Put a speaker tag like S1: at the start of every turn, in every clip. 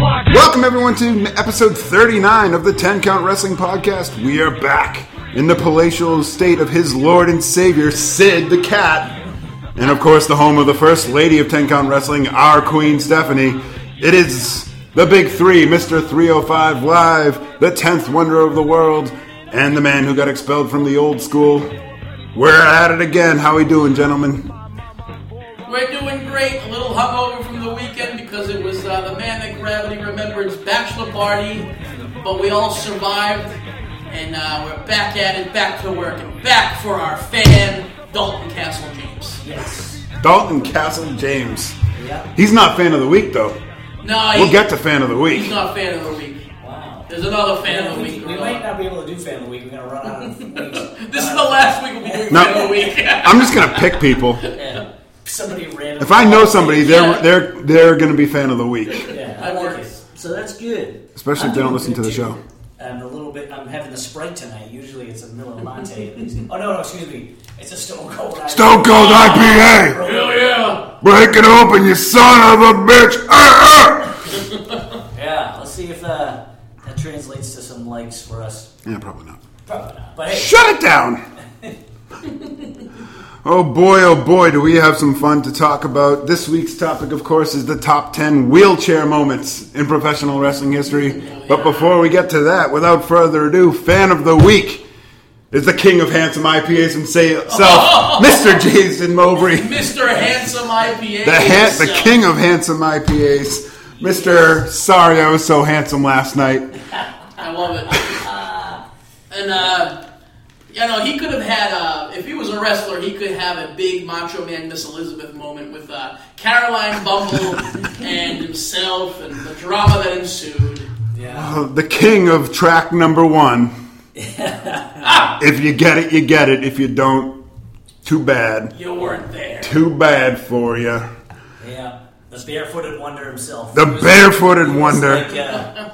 S1: Welcome, everyone, to episode 39 of the 10 Count Wrestling Podcast. We are back in the palatial state of his Lord and Savior, Sid the Cat. And of course, the home of the first lady of 10 Count Wrestling, our Queen Stephanie. It is the big three, Mr. 305 Live, the 10th wonder of the world, and the man who got expelled from the old school. We're at it again. How we doing, gentlemen?
S2: We're doing great. A little hungover from the weekend because it was uh, the Man That Gravity Remembers bachelor party, but we all survived, and uh, we're back at it, back to work, and back for our fan, Dalton Castle James.
S3: Yes.
S1: Dalton Castle James.
S3: Yep.
S1: He's not fan of the week, though.
S2: No, he-
S1: We'll get to fan of the
S2: he's
S1: week.
S2: not fan of the week.
S3: Wow.
S2: There's another fan of the
S3: We,
S2: week.
S3: we might not be able to do fan of the week. We're gonna run out of weeks.
S2: This is the last week we'll be doing
S1: No. Uh,
S2: fan of the week.
S1: I'm just gonna pick people.
S3: Yeah. Somebody random.
S1: If I know somebody, they're they're they're gonna be fan of the week,
S3: yeah, I like it.
S2: works.
S3: So that's good.
S1: especially if they don't listen to the show.
S3: I'm a little bit. I'm having the sprite tonight. Usually it's a Miller Latte. at least. Oh no, no, excuse me. It's a Stone Cold. IPA.
S1: Stone Cold IPA,
S2: Hell yeah!
S1: break it open, you son of a bitch! Uh, Ah, ah!
S3: Yeah. Let's see if uh, that translates to some likes for us.
S1: Yeah, probably not.
S3: Probably not. But hey,
S1: Shut it down. Oh boy, oh boy, do we have some fun to talk about. This week's topic, of course, is the top 10 wheelchair moments in professional wrestling history. But before we get to that, without further ado, fan of the week is the king of handsome IPAs himself, Mr. Jason Mowbray.
S2: Mr. Handsome IPA.
S1: The, ha- the
S2: himself.
S1: king of handsome IPAs, Mr. Sorry I was so handsome last night.
S2: I love it. and uh, you know, he could have had uh, if he was a wrestler, he could have a big Macho Man Miss Elizabeth moment with uh, Caroline Bumble and himself, and the drama that ensued.
S3: yeah.
S1: Uh, The king of track number one. if you get it, you get it. If you don't, too bad.
S2: You weren't there.
S1: Too bad for you.
S3: Yeah. The barefooted wonder himself.
S1: The
S3: He was-
S1: barefooted
S3: he was
S1: wonder.
S3: Like, uh,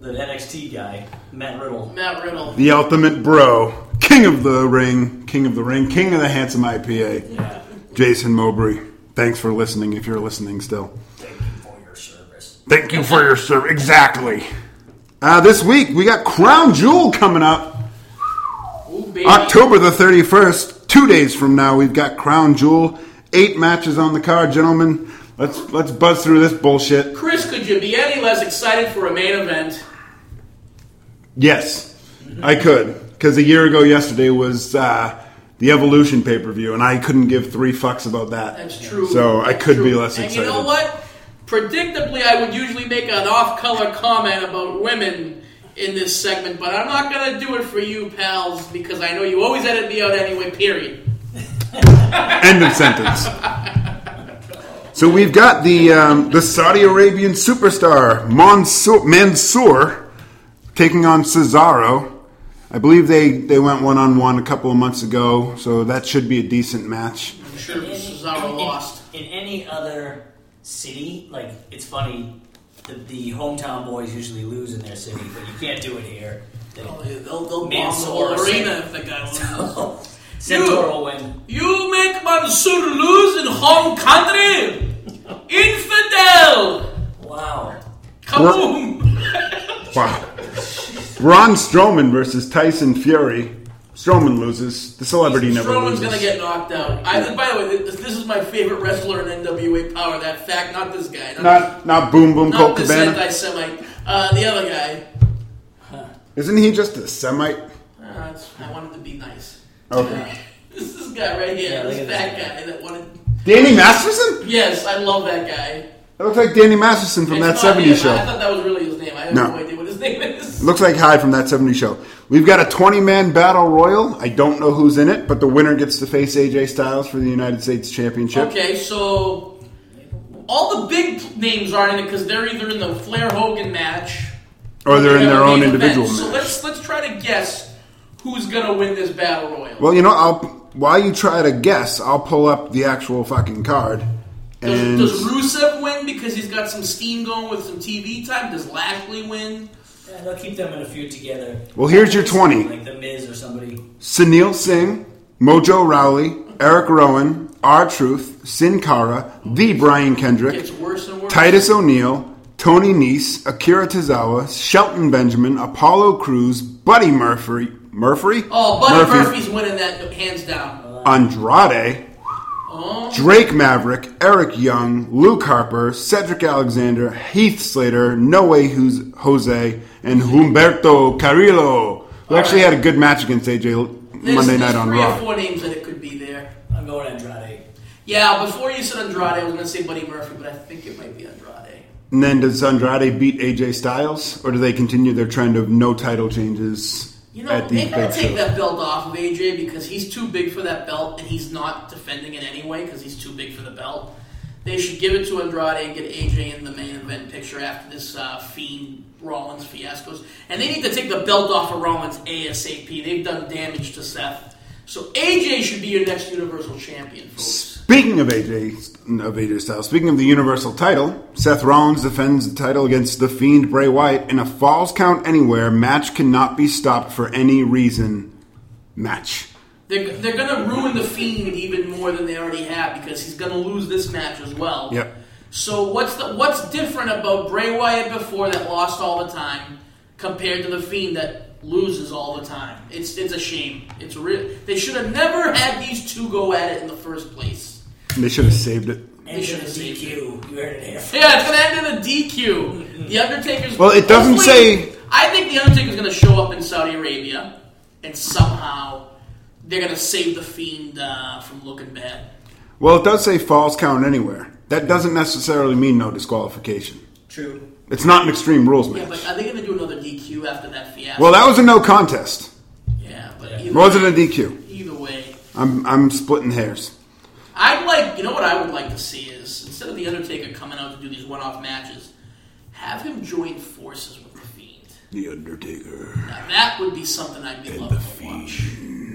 S3: the NXT guy, Matt Riddle.
S2: Matt Riddle.
S1: The ultimate bro. King of the ring. King of the ring. King of the handsome IPA.
S3: Yeah.
S1: Jason Mowbray. Thanks for listening if you're listening still.
S3: Thank you for your service.
S1: Thank you for your service. Exactly. Uh, this week, we got Crown Jewel coming up.
S2: Ooh, baby.
S1: October the 31st, two days from now, we've got Crown Jewel. Eight matches on the card, gentlemen. Let's let's buzz through this bullshit.
S2: Chris, could you be any less excited for a main event?
S1: Yes, I could, because a year ago yesterday was uh, the Evolution pay per view, and I couldn't give three fucks about that.
S2: That's true.
S1: So I
S2: That's
S1: could be
S2: true.
S1: less excited.
S2: And you know what? Predictably, I would usually make an off-color comment about women in this segment, but I'm not gonna do it for you, pals, because I know you always edit me out anyway. Period.
S1: End of sentence. So we've got the um, the Saudi Arabian superstar Mansoor, Mansoor taking on Cesaro. I believe they, they went one on one a couple of months ago, so that should be a decent match.
S2: I'm sure Cesaro lost.
S3: In, any other city, like it's funny, the, the hometown boys usually lose in their city, but you can't do it here. They,
S2: Oh, They'll, they'll bomb the
S3: Mansoor
S2: whole
S3: said-
S2: arena if the guy loses.
S3: Centaur will win.
S2: You make Mansoor lose in home country. Infidel.
S3: Wow.
S2: Kaboom.
S1: Wow. Ron Strowman versus Tyson Fury. Strowman loses. The celebrity never
S2: Strowman's
S1: loses.
S2: gonna get knocked out. I think, by the way, this, this is my favorite wrestler in NWA Power. That fact, not this guy, not,
S1: not not boom boom
S2: not
S1: Colt
S2: this
S1: Cabana.
S2: anti-Semite, uh, the other guy.
S1: Isn't he just a Semite?
S2: Uh, it's- I wanted to be nice.
S1: Okay.
S2: This is this guy right here,
S3: Yeah, look
S2: this fat
S3: at this
S2: guy that wanted.
S1: Danny Masterson?
S2: Yes, I love that guy.
S1: That looks like Danny Masterson from
S2: It's
S1: that
S2: not
S1: 70s
S2: him.
S1: show.
S2: I thought that was really his name. I have
S1: No.
S2: no, idea what his name is.
S1: Looks like Hyde from that 70 show. We've got a 20 man battle royal. I don't know who's in it, but the winner gets to face AJ Styles for the United States Championship.
S2: Okay, so all the big names aren't in it because they're either in the Flair Hogan match
S1: Or they're in
S2: Yeah,
S1: their
S2: the
S1: own
S2: main event.
S1: individual
S2: So
S1: match.
S2: let's let's try to guess who's gonna win this battle royal.
S1: Well, you know, I'll, while you try to guess, I'll pull up the actual fucking card. And
S2: does, does Rusev win because he's got some steam going with some TV time? Does Lashley win?
S3: Yeah, they'll keep them in a feud together.
S1: Well, here's your 20.
S3: Like the Miz or somebody.
S1: Sunil Singh, Mojo Rowley, Eric Rowan, R Truth, Sin Cara, the Brian Kendrick,
S2: Gets worse and worse.
S1: Titus O'Neil, Tony Nese, Akira Tozawa, Shelton Benjamin, Apollo Cruz, Buddy Murphy, Murphy,
S2: Oh, Buddy Murphy's winning that hands down.
S1: Andrade,
S2: Oh,
S1: Drake Maverick, Eric Young, Luke Harper, Cedric Alexander, Heath Slater, Noe Hus- Jose, and Humberto Carrillo, who actually had a good match against AJ l-
S2: there's,
S1: Monday
S2: there's
S1: night on
S2: three
S1: Raw.
S2: or four names that it could be there.
S3: I'm going Andrade.
S2: Yeah, before you said Andrade, I was going to say Buddy Murphy, but I think it might be Andrade.
S1: And then does Andrade beat AJ Styles, or do they continue their trend of no title changes
S2: You know,
S1: at
S2: they
S1: these
S2: gotta
S1: big
S2: take
S1: shows?
S2: that belt off of AJ because he's too big for that belt, and he's not defending it anyway because he's too big for the belt. They should give it to Andrade and get AJ in the main event picture after this uh, Fiend Rollins fiascos. And they need to take the belt off of Rollins ASAP. They've done damage to Seth. So AJ should be your next Universal Champion, folks.
S1: Speaking of AJ of AJ Styles, speaking of the Universal title, Seth Rollins defends the title against the Fiend Bray Wyatt in a Falls Count Anywhere match cannot be stopped for any reason. Match.
S2: They're, they're going to ruin the Fiend even more than they already have because he's going to lose this match as well.
S1: Yep.
S2: So what's the what's different about Bray Wyatt before that lost all the time compared to the Fiend that loses all the time? It's it's a shame. It's real. They should have never had these two go at it in the first place.
S1: They should have saved it.
S3: And
S2: should
S3: should
S2: have
S3: DQ.
S2: saved
S3: You heard it here.
S2: Yeah, it's gonna end in a DQ. The Undertaker's.
S1: Well, it doesn't
S2: hopefully-
S1: say-
S2: I think the Undertaker's gonna show up in Saudi Arabia, and somehow they're gonna save the Fiend uh, from looking bad.
S1: Well, it does say Falls Count Anywhere. That doesn't necessarily mean no disqualification.
S3: True.
S1: It's not an Extreme Rules
S2: Yeah,
S1: match.
S2: but are they gonna do another DQ after that fiasco?
S1: well, that was a no contest.
S2: yeah, but either,
S1: It wasn't a DQ.
S2: either way.
S1: I'm I'm splitting hairs.
S2: I'd like, you know what I would like to see is instead of the Undertaker coming out to do these one-off matches, have him join forces with the Fiend.
S1: The Undertaker.
S2: Now that would be something I'd be loving to watch.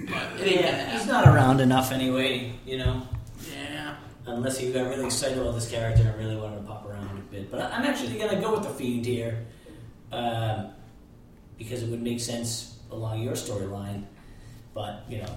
S2: But it ain't gonna
S3: Yeah, he's
S2: happen.
S3: not around enough anyway, you know.
S2: Yeah.
S3: Unless you got really excited about this character and really wanted to pop around a bit. But I- I'm actually going to go with the Fiend here. Um, because it would make sense along your storyline. But, you know,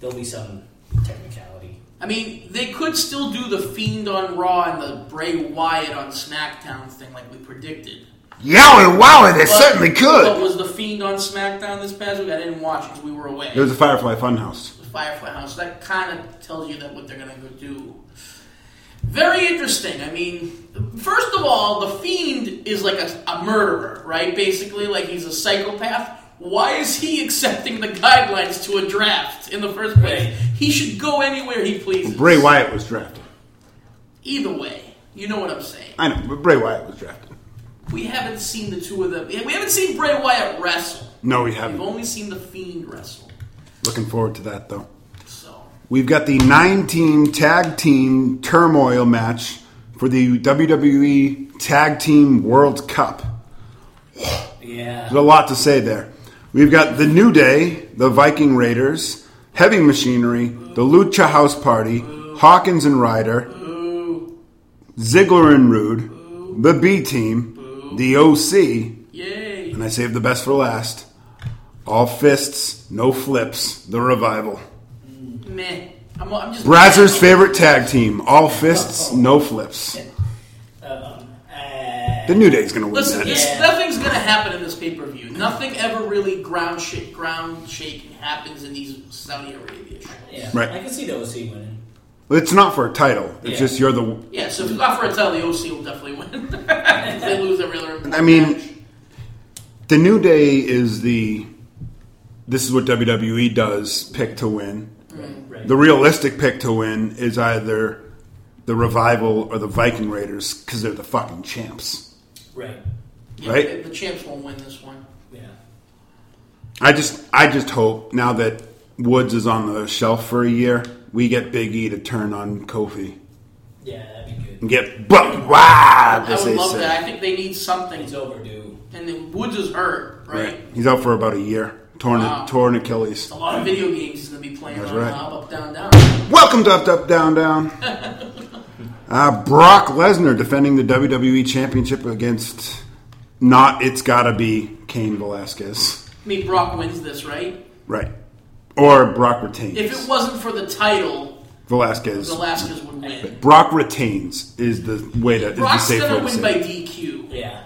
S3: there'll be some technicality.
S2: I mean, they could still do the Fiend on Raw and the Bray Wyatt on SmackDown thing, like we predicted.
S1: Yow and wow, they
S2: But-
S1: certainly
S2: But
S1: could.
S2: was the Fiend on SmackDown this past week? I didn't watch it 'cause we were away.
S1: It was a Firefly Funhouse.
S2: the Firefly House. That kind of tells you that what they're gonna go do. Very interesting. I mean, first of all, the fiend is like a, a murderer, right? Basically, like he's a psychopath. Why is he accepting the guidelines to a draft in the first place?
S3: Right.
S2: He should go anywhere he pleases.
S1: Bray Wyatt was drafted.
S2: Either way, you know what I'm saying.
S1: I know, but Bray Wyatt was drafted.
S2: We haven't seen the two of them. We haven't seen Bray Wyatt wrestle.
S1: No, we
S2: We've
S1: haven't.
S2: only seen the fiend wrestle.
S1: Looking forward to that though.
S2: So
S1: We've got the nine-team tag team turmoil match for the WWE Tag Team World Cup.
S3: Yeah.
S1: There's a lot to say there. We've got the New Day, the Viking Raiders, Heavy Machinery, the Lucha House Party, Hawkins and Ryder, Ziggler and Rude, the B Team, the OC,
S2: yay.
S1: and I saved the best for last. All fists, no flips, the revival.
S2: Meh. I'm, I'm just
S1: Brazzer's favorite tag team, all fists, no flips.
S3: Um, uh,
S1: The New Day's gonna win
S2: Listen,
S1: that.
S2: it's,
S3: Yeah.
S2: nothing's going to happen in this pay per view. Nothing ever really ground shake, ground shaking happens in these Saudi Arabia shows.
S3: yeah.
S1: Right.
S3: I can see the OC winning.
S1: It's not for a title. It's
S3: Yeah.
S1: just you're the
S2: Yeah, so if it's not for a tell, the OC will definitely win. If they lose a really important
S1: I mean,
S2: match.
S1: The New Day is the this is what WWE does pick to win.
S3: Right.
S1: The realistic pick to win is either the Revival or the Viking Raiders because they're the fucking champs.
S3: right.
S2: Yeah,
S1: right?
S2: The champs won't win this one.
S3: Yeah.
S1: I just I just hope now that Woods is on the shelf for a year, we get Big E to turn on Kofi
S3: Yeah, that'd be good.
S1: and get but wow.
S2: I would love that. I think they need something.
S3: It's overdue.
S2: And then Woods is hurt, right?
S1: He's out for about a year, torn
S2: Wow.
S1: torn Achilles.
S2: A lot of video games he's going to be playing
S1: That's
S2: on uh,
S1: right.
S2: up, up, down, down.
S1: Welcome to Up, Up, Down, Down. Uh, Brock Lesnar defending the WWE Championship against not It's Gotta Be Kane Velasquez.
S2: I mean, Brock wins this, right?
S1: Right. Or Brock retains.
S2: If it wasn't for the title,
S1: Velasquez.
S2: Velasquez would win.
S1: Brock retains is the way that is the
S2: Brock's
S1: safe way
S2: gonna
S1: to
S2: win
S1: say
S2: by
S1: it.
S2: DQ.
S3: Yeah.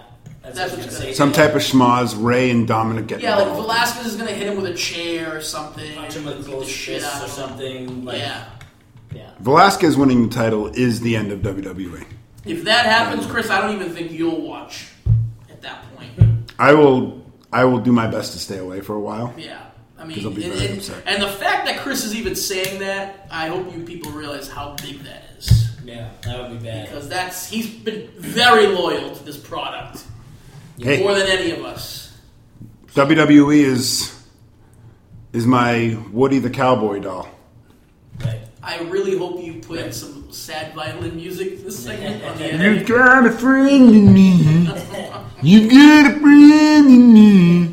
S2: That's
S3: That's, what I was
S2: what
S3: gonna
S2: you
S3: say.
S2: said.
S1: Some type of schmoz. Ray and Dominic get
S2: Yeah, like
S1: involved.
S2: Velasquez is gonna hit him with a chair or something.
S3: punch him with
S2: beat the
S3: closed
S2: shit
S3: fists
S2: out
S3: or
S2: of him.
S3: something. Like,
S2: Yeah.
S3: yeah.
S1: Velasquez winning the title is the end of E. WWE.
S2: If that happens, Chris, I don't even think you'll watch at that point.
S3: Hmm.
S1: I will. I will do my best to stay away for a while.
S2: Yeah. I
S1: 'Cause
S2: mean,
S1: I'll be
S2: and,
S1: very
S2: and-
S1: upset.
S2: and the fact that Chris is even saying that, I hope you people realize how big that is.
S3: Yeah, that would be bad.
S2: Because that's he's been very loyal to this product.
S1: Hey.
S2: More than any of us.
S1: WWE E is is my Woody the Cowboy doll.
S3: Right.
S2: I really hope you put in some sad violin music this segment on the
S1: You
S2: end.
S1: got a friend in me. You got a friend in me.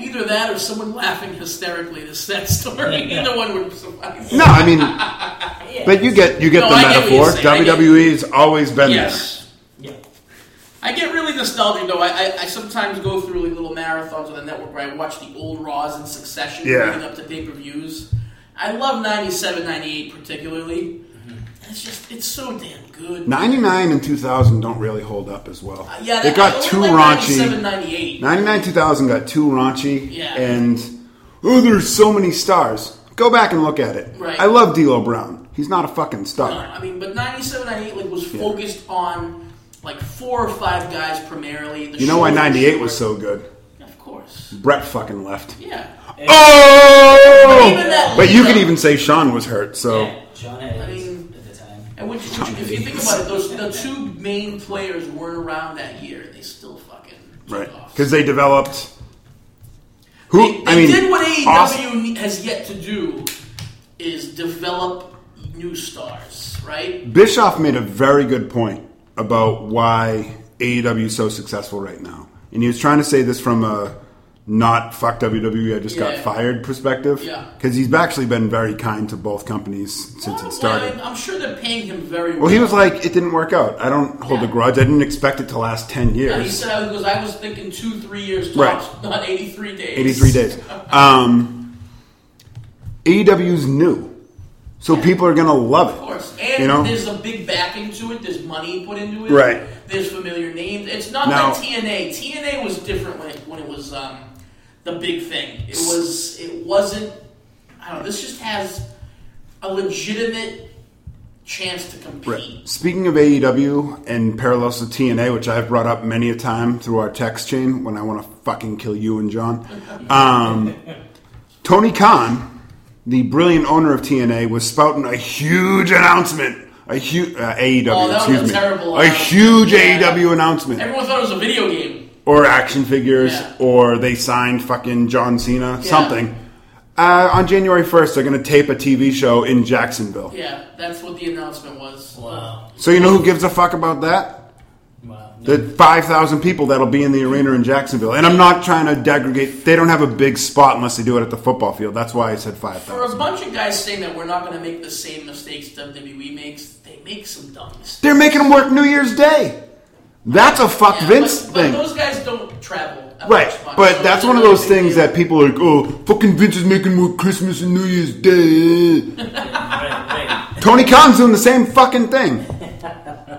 S2: Either that or someone laughing hysterically to that story.
S3: Yeah.
S2: Either one would suffice.
S1: No, I mean, but you get you get
S2: No,
S1: the
S2: I get what you're
S1: metaphor.
S2: saying. I get-
S1: WWE's always been
S2: Yes.
S3: Yeah.
S2: I get really nostalgic though. I, I, I sometimes go through like little marathons on the network where I watch the old Raws in succession
S1: Yeah.
S2: leading up to pay per views. I love 97, 98 particularly. It's just, it's so damn good.
S1: there. Ninety nine and two thousand don't really hold up as well.
S2: Uh, yeah,
S1: they
S2: that- I
S1: got
S2: only
S1: too
S2: like
S1: raunchy.
S2: 97, 98.
S1: 99 2000 got too raunchy
S2: Yeah.
S1: and oh there's so many stars go back and look at it
S2: Right.
S1: i love d'lo brown he's not a fucking star
S2: No, I mean, but 97, 98 like, was focused on like four or five guys primarily. The
S1: you know why
S2: show
S1: 98 was
S2: short.
S1: so good
S2: Of course.
S1: brett fucking left
S2: Yeah.
S1: oh
S2: Even that
S1: but you
S2: lead
S1: could
S2: up-
S1: even say sean was hurt so
S3: Yeah. Sean had
S2: I
S3: AIDS
S2: mean-
S3: at the time.
S2: And which, which, if you think about it, those the two main players weren't around that year, and they still fucking took
S1: right
S2: off.
S1: because they developed who
S2: They-
S1: i
S2: they
S1: mean
S2: did what E AEW
S1: Austin-
S2: has yet to do is develop new stars, right?
S1: Bischoff made a very good point about why AEW is so successful right now. And he was trying to say this from a not fuck WWE, I just got
S2: Yeah.
S1: fired perspective.
S2: Yeah.
S1: Because he's actually been very kind to both companies since
S2: Well,
S1: it
S2: I mean,
S1: started.
S2: I'm sure they're paying him very well.
S1: Well, he was like, it didn't work out. I don't hold a
S2: Yeah.
S1: grudge. I didn't expect it to last 10
S2: Yeah, he
S1: years.
S2: said I was, I was thinking two, three years
S1: Right.
S2: tops, not 83 days.
S1: 83 days. Um, AEW's new. So people are going to love it.
S2: Of course. And
S1: you know?
S2: there's a big backing to it. There's money put into it.
S1: Right.
S2: There's familiar names. It's not
S1: Now-
S2: like TNA. TNA was different when it, when it was um, the big thing. It was. It wasn't. I don't know. This just has a legitimate chance to compete.
S1: Right. Speaking of AEW and parallels to TNA, which I've brought up many a time through our text chain when I want to fucking kill you and John, um, Tony Khan, the brilliant owner of TNA, was spouting a huge announcement. A huge uh, AEW,
S2: Oh, that was
S1: excuse
S2: a
S1: me,
S2: terrible
S1: a
S2: announcement.
S1: huge
S2: Yeah.
S1: AEW announcement,
S2: Everyone thought it was a video game.
S1: or action figures,
S2: Yeah.
S1: or they signed fucking John Cena, something. Uh, on January first, they're going to tape a TV show in Jacksonville.
S2: Yeah, that's what the announcement was.
S3: Wow.
S1: So you know who gives a fuck about that?
S3: Wow.
S1: The 5,000 people that'll be in the arena in Jacksonville. And I'm not trying to degrade. They don't have a big spot unless they do it at the football field. That's why I said
S2: For a
S1: 5,000.
S2: bunch of guys saying that we're not going to make the same mistakes WWE makes, they make some dumb mistakes.
S1: They're making them work New Year's Day. That's a fuck
S2: Yeah,
S1: Vince
S2: but,
S1: thing.
S2: But those guys don't travel. that
S1: right.
S2: much,
S1: But
S2: so
S1: that's
S2: it's
S1: one of
S2: really
S1: those
S2: big
S1: things
S2: deal.
S1: that people are like, oh, fucking Vince is making them work Christmas and New Year's Day.
S3: right, right.
S1: Tony Khan's doing the same fucking thing.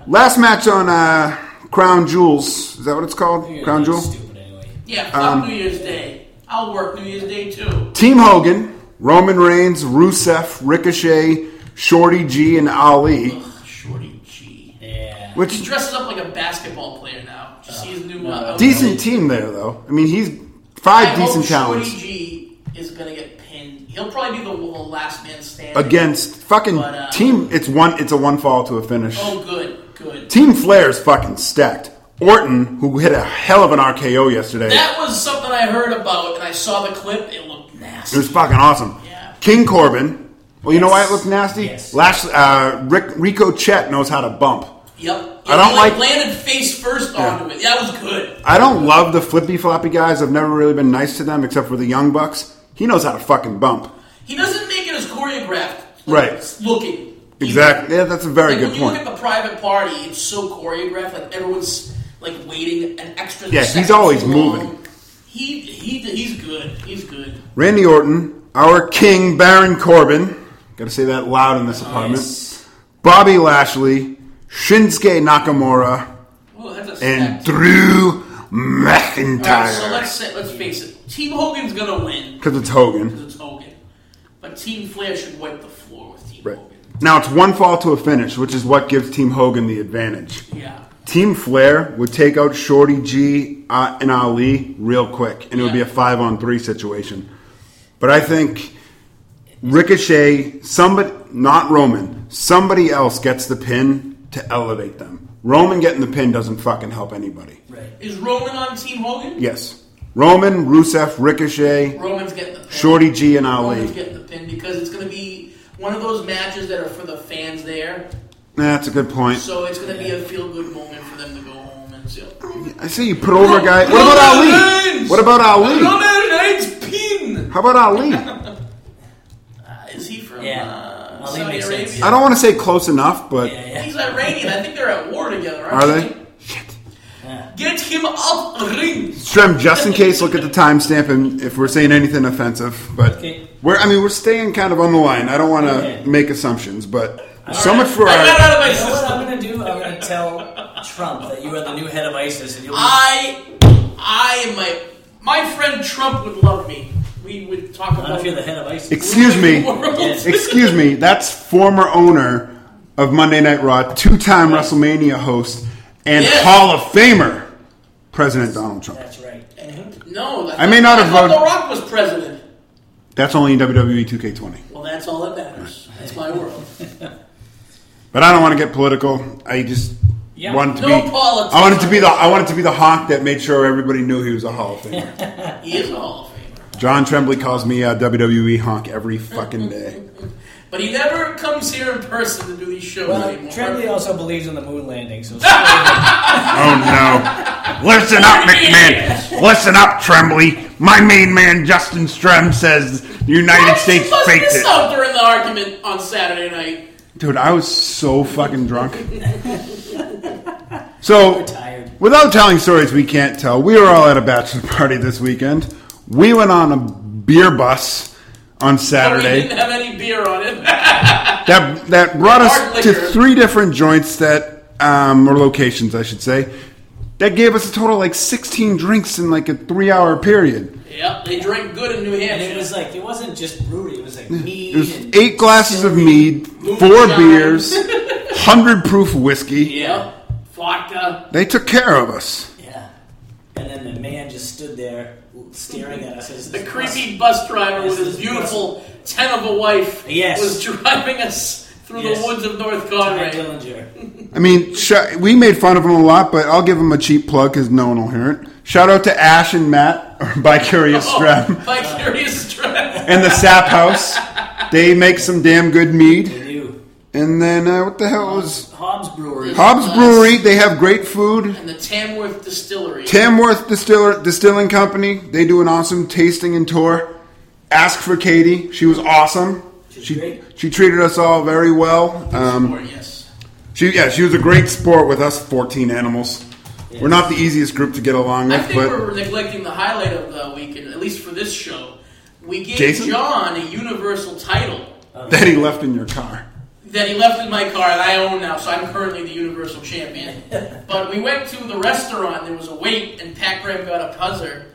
S1: Last match on uh, Crown Jewels. Is that what it's called? Crown Jewel?
S3: Stupid anyway.
S2: Yeah, fuck
S1: um,
S2: New Year's Day. I'll work New Year's Day too.
S1: Team Hogan, Roman Reigns, Rusev, Ricochet, Shorty G, and Ali.
S2: Ugh, Shorty G.
S3: Yeah.
S2: He
S1: Which
S2: dresses up like a basketball player now. Did you see his new uh, outfit?
S1: decent team there though. I mean, he's
S2: I
S1: five
S2: hope
S1: decent talents
S2: Shorty G is gonna get pinned. He'll probably be the, the last man standing.
S1: against fucking
S2: But, uh,
S1: team. It's one. It's a one fall to a finish.
S2: Oh, good, good.
S1: Team Flair is fucking stacked. Orton, who hit a hell of an RKO yesterday,
S2: That was something I heard about, and I saw the clip. It looked
S1: it
S2: nasty.
S1: was fucking awesome.
S2: Yeah.
S1: King Corbin. Well, you know why it
S3: Yes.
S1: looked nasty?
S3: Yes.
S1: Lash, uh, Rick, Rico Chet knows how to bump.
S2: Yep.
S1: I don't
S2: He,
S1: like-
S2: landed face first onto it. That was good.
S1: I don't love the flippy floppy guys. I've never really been nice to them except for the Young Bucks. He knows how to fucking bump.
S2: He doesn't make it as choreographed.
S1: Right.
S2: It's Looking.
S1: Exactly. Yeah, that's a very
S2: like,
S1: good
S2: when
S1: point.
S2: you look at the private party, it's so choreographed. Like everyone's like waiting an extra.
S1: Yeah, he's
S2: second
S1: always
S2: too long.
S1: moving.
S2: He he he's good. He's good.
S1: Randy Orton, our king, Baron Corbin. Gotta say that loud in this apartment.
S3: Yes.
S1: Bobby Lashley, Shinsuke Nakamura,
S2: Well, that's a
S1: and
S2: respect.
S1: Drew
S2: All right, so
S1: McIntyre.
S2: let's say, let's face it. Team Hogan's gonna win
S1: Because it's Hogan.
S2: because it's Hogan, but Team Flair should wipe the floor with Team
S1: Right.
S2: Hogan.
S1: Now it's one fall to a finish, which is what gives Team Hogan the advantage.
S2: Yeah.
S1: Team Flair would take out Shorty G uh, and Ali real quick, and it would be a
S2: Yeah.
S1: five on three situation. But I think Ricochet, somebody, not Roman, somebody else gets the pin to elevate them. Roman getting the pin doesn't fucking help anybody.
S3: Right.
S2: Is Roman on Team Hogan?
S1: Yes. Roman, Rusev, Ricochet,
S2: Roman's getting the pin.
S1: Shorty G, and Ali.
S2: Roman's getting the pin because it's gonna be one of those matches that are for the fans there.
S1: Nah, that's a good point.
S2: So it's gonna be a feel good moment for them to go home and say,
S1: I say you put over a guy. What about Ali? What about Ali?
S4: pin.
S1: How about Ali?
S2: uh, "Is he from
S3: Yeah.
S2: uh,
S3: Well, that
S2: Saudi
S3: makes
S2: Arabia?"
S3: sense.
S1: I don't want to say close enough, but
S3: Yeah, yeah.
S2: He's Iranian. I think they're at war together. Aren't
S1: are they? Shit.
S3: yeah.
S2: Get him off the ring.
S1: Strem, just in case, look at the timestamp and if we're saying anything offensive. But
S3: Okay.
S1: we're, I mean, we're staying kind of on the line. I don't want to
S3: Okay.
S1: make assumptions, but so much for
S2: I got
S1: our.
S2: out of my
S3: You know what
S2: system.
S3: I'm gonna do? I'm gonna tell Trump that you are the new head of ISIS, and you'll. be-
S2: I, I am my my friend Trump would love me. We would talk
S3: Not
S2: about
S3: if you're the head of ISIS.
S1: Excuse me.
S2: World.
S1: Excuse me. That's former owner of Monday Night Raw, two time WrestleMania host, and
S2: Yes.
S1: Hall of Famer, President Donald Trump.
S3: That's right.
S2: No,
S1: I may not have
S2: thought
S1: voted-
S2: The Rock was president.
S1: That's only in E WWE 2K20.
S2: Well, that's all that matters. That's my world.
S1: But I don't want to get political. I just
S3: Yeah.
S1: wanted to
S2: No
S1: be.
S2: politics.
S1: I wanted to be the. I wanted to be the hawk that made sure everybody knew he was a Hall of Famer.
S2: He is a Hall of Famer,
S1: John Tremblay calls me a WWE honk every fucking day.
S2: but he never comes here in person to do these shows
S3: Well,
S2: anymore.
S3: Tremblay also believes in the moon landing, so
S1: Oh no. Listen up, McMahon. Listen up, Tremblay. My main man, Justin Strem, says the United States
S2: He must
S1: faked
S2: miss
S1: it.
S2: out during the argument on Saturday night.
S1: Dude, I was so fucking drunk. So,
S3: tired.
S1: without telling stories we can't tell, we were all at a bachelor party this weekend. We went on a beer bus on
S2: But Oh, we
S1: Saturday.
S2: didn't have any beer on it.
S1: that that brought
S2: Hard
S1: us to
S2: liquor.
S1: three different joints that um, or locations, I should say. That gave us a total of like 16 drinks in like a three hour period.
S2: yep, they drink good in New
S3: and
S2: Hampshire.
S3: it was like it wasn't just broody. It was like mead.
S1: It was
S3: and
S1: eight glasses of mead, four
S2: Moonshine.
S1: beers, 100 proof whiskey.
S2: yep, vodka.
S1: They took care of us.
S3: Yeah. And then the man just stood there staring at us as
S2: The
S3: this
S2: creepy bus driver with his beautiful ten of a wife
S3: Yes.
S2: was driving us through
S3: Yes.
S2: the woods of North
S3: bus-
S2: Conway.
S3: Ty Dillinger.
S1: I mean, sh- we made fun of them a lot, but I'll give them a cheap plug because no one will hear it. Shout out to Ash and Matt, or by Curious
S2: Oh,
S1: Strap,
S2: by curious strap.
S1: and the Sap House. They make some damn good mead.
S3: They do.
S1: And then, uh, what the hell was.
S3: Hobbs Brewery.
S1: Hobbs Brewery, they have great food.
S2: And the Tamworth Distillery.
S1: Tamworth Distiller Distilling Company, they do an awesome tasting and tour. Ask for Katie, she was awesome.
S3: She's
S1: She
S3: great.
S1: she treated us all very well. Um,
S2: Or, yes.
S1: she yeah, she was a great sport with us fourteen animals. We're not the easiest group to get along
S2: I
S1: with,
S2: think
S1: but
S2: we're neglecting the highlight of the weekend, at least for this show. We gave
S1: Jason?
S2: John a universal title
S1: that he left in your car.
S2: that he left in my car and I own now, so I'm currently the universal champion. but we went to the restaurant, there was a wait, and Pat Graham got a puzzer.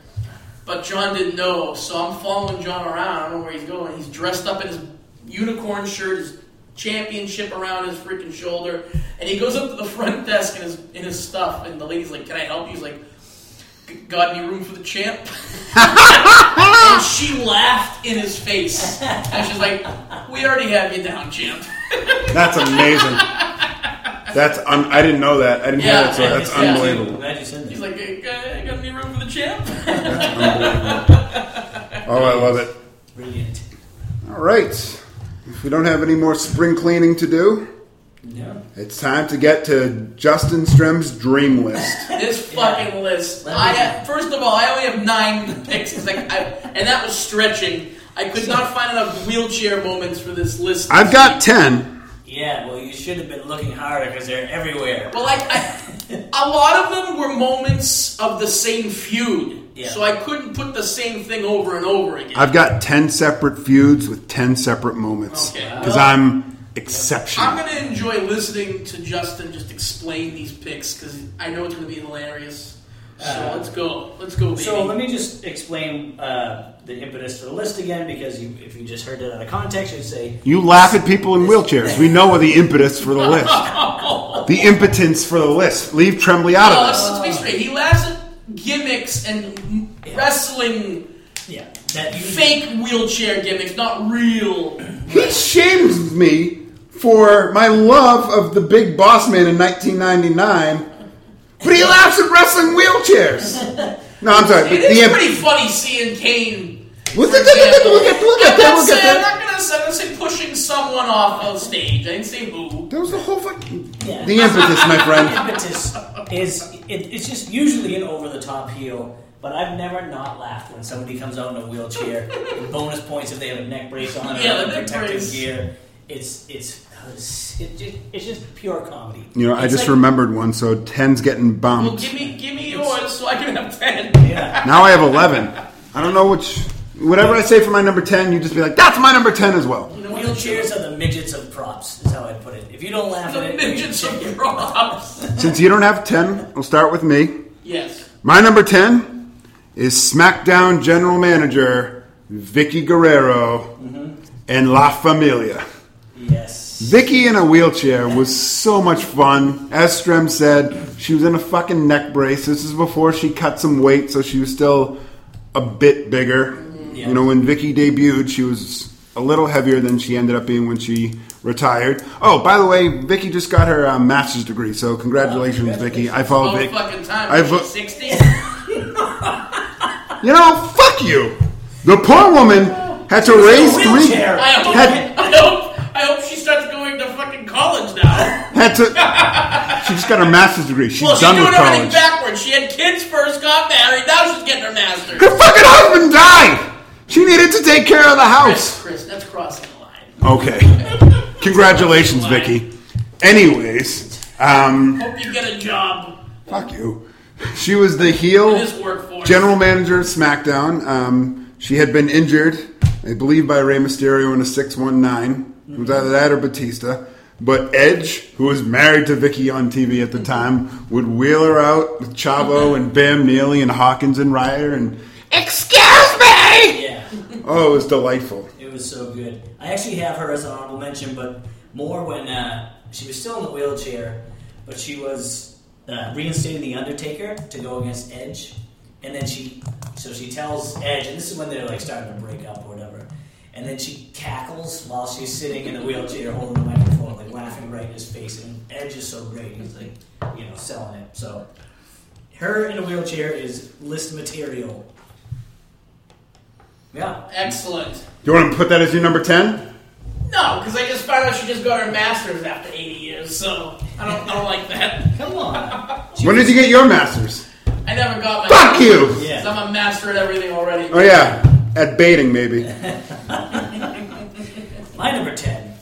S2: But John didn't know, so I'm following John around. I don't know where he's going. He's dressed up in his unicorn shirt, his championship around his freaking shoulder, and he goes up to the front desk in his in his stuff. And the lady's like, "Can I help you?" He's like, "G- "Got any room for the champ?" and she laughed in his face, and she's like, "We already have you down, champ."
S1: That's amazing. That's un- I didn't know that. I didn't
S2: Yeah,
S1: know that. So that's
S2: yeah.
S3: I'm
S1: unbelievable.
S3: glad you said
S2: He's
S3: that.
S2: like, "Hey, guy, got any room for the champ?
S1: Oh, I love it.
S3: Brilliant.
S1: All right. If we don't have any more spring cleaning to do,
S3: No.
S1: It's time to get to Justin Strem's dream list.
S2: This fucking list.
S3: Let
S2: I
S3: me-
S2: have, first of all, I only have nine picks. It's like I, and that was stretching. I could not find enough wheelchair moments for this list.
S1: I've got 10.
S3: Yeah. Well, you should have been looking harder because they're everywhere.
S2: Well, like I, a lot of them were moments of the same feud,
S3: Yeah.
S2: so I couldn't put the same thing over and over again.
S1: I've got 10 separate feuds with 10 separate moments.
S2: Okay.
S1: Because I'm exceptional.
S2: I'm going to enjoy listening to Justin just explain these picks because I know it's going to be hilarious. So
S3: Uh,
S2: let's go. Let's go, baby.
S3: So let me just explain uh, the impetus for the list again, because you, if you just heard it out of context, you'd say
S1: You laugh at people in wheelchairs. We know the impetus for the list. The impotence for the list. Leave Tremblay out
S2: No,
S1: of
S2: let's,
S1: this.
S2: let's be straight. He laughs at gimmicks and wrestling,
S3: yeah, that you
S2: fake wheelchair gimmicks, not real.
S1: He shames me for my love of the Big Boss Man in 1999, but he laughs at wrestling wheelchairs. No, I'm sorry. But
S2: It is
S1: the imp-
S2: pretty funny seeing Kane.
S1: Look
S2: for
S1: at that,
S2: example.
S1: look at- look at
S2: I'm
S1: that,
S2: not
S1: look at that.
S2: saying- I'm not gonna say, I'm gonna say pushing someone off of stage. I didn't say boo.
S1: that was the whole fucking.
S3: Yeah.
S1: The impetus, my friend.
S3: impetus is it, it's just usually an over the top heel. But I've never not laughed when somebody comes out in a wheelchair. and bonus points if they have a neck brace on
S2: Yeah,
S3: or
S2: the neck
S3: protective
S2: brace.
S3: gear. It's it's it just, it's just pure comedy.
S1: You know, I
S3: It's
S1: just
S3: like-
S1: remembered one, so 10's getting
S2: Well,
S1: bumped.
S2: give me, give me yours so I can have ten.
S3: Yeah.
S1: Now I have 11. I don't know which. Whatever I say for my number 10, you just be like, that's my number 10 as well.
S2: You know,
S3: Wheelchairs are the midgets of props, is how I put it. If you don't laugh
S2: The
S3: at it,
S2: midgets of props.
S1: Since you don't have 10, we'll start with me.
S2: Yes.
S1: My number 10 is SmackDown General Manager Vicky Guerrero
S3: Mm-hmm.
S1: and La Familia.
S3: yes,
S1: Vicky in a wheelchair was so much fun. As Strem said, she was in a fucking neck brace. This is before she cut some weight, so she was still a bit bigger.
S3: Yeah.
S1: You know, when Vicky debuted, she was a little heavier than she ended up being when she retired. Oh, by the way, Vicky just got her uh, master's degree, so congratulations, Vicky. I follow
S2: Oh,
S1: Vicky.
S2: fucking time.
S1: I vo-
S2: sixty.
S1: You know, fuck you. The poor woman had to raise three
S3: wheelchair.
S2: I hope,
S1: Had-
S2: I hope, I hope she starts going to fucking college now.
S1: had to. She just got her master's degree. She's
S2: Well, she's
S1: done
S2: doing
S1: with
S2: everything
S1: college.
S2: backwards. She had kids first, got married, now she's getting her master's.
S1: Her fucking husband died. She needed to take care of the
S2: Chris,
S1: house.
S2: Chris, that's crossing the line.
S1: Okay. Congratulations, Vicky. Anyways, um,
S2: Hope you get a job
S1: fuck you. She was the heel.
S2: in this workforce.
S1: General manager of SmackDown. Um, she had been injured, I believe, by Rey Mysterio in a 619. It was either that or Batista. But Edge, who was married to Vicky on TV at the time, would wheel her out with Chavo and Bam Neely and Hawkins and Ryder and Excuse me!
S3: yeah,
S1: Oh, it was delightful.
S3: it was so good. I actually have her as an honorable mention, but more when uh, she was still in the wheelchair, but she was uh, reinstating the Undertaker to go against Edge, and then she, so she tells Edge, and this is when they're like starting to break up or whatever, and then she cackles while she's sitting in the wheelchair holding the microphone, like laughing right in his face, and Edge is so great, he's like, you know, selling it. So, her in a wheelchair is list material. Yeah.
S2: Excellent.
S1: Do you want to put that as your number 10?
S2: No, because I just found out she just got her master's after 80 years, so I don't, I don't like that.
S3: Come on. She
S1: When did you get your master's?
S2: I never got my.
S1: Fuck you!
S3: Yeah.
S2: 'cause I'm a master at everything already.
S1: Oh, yeah. At baiting, maybe.
S3: My number 10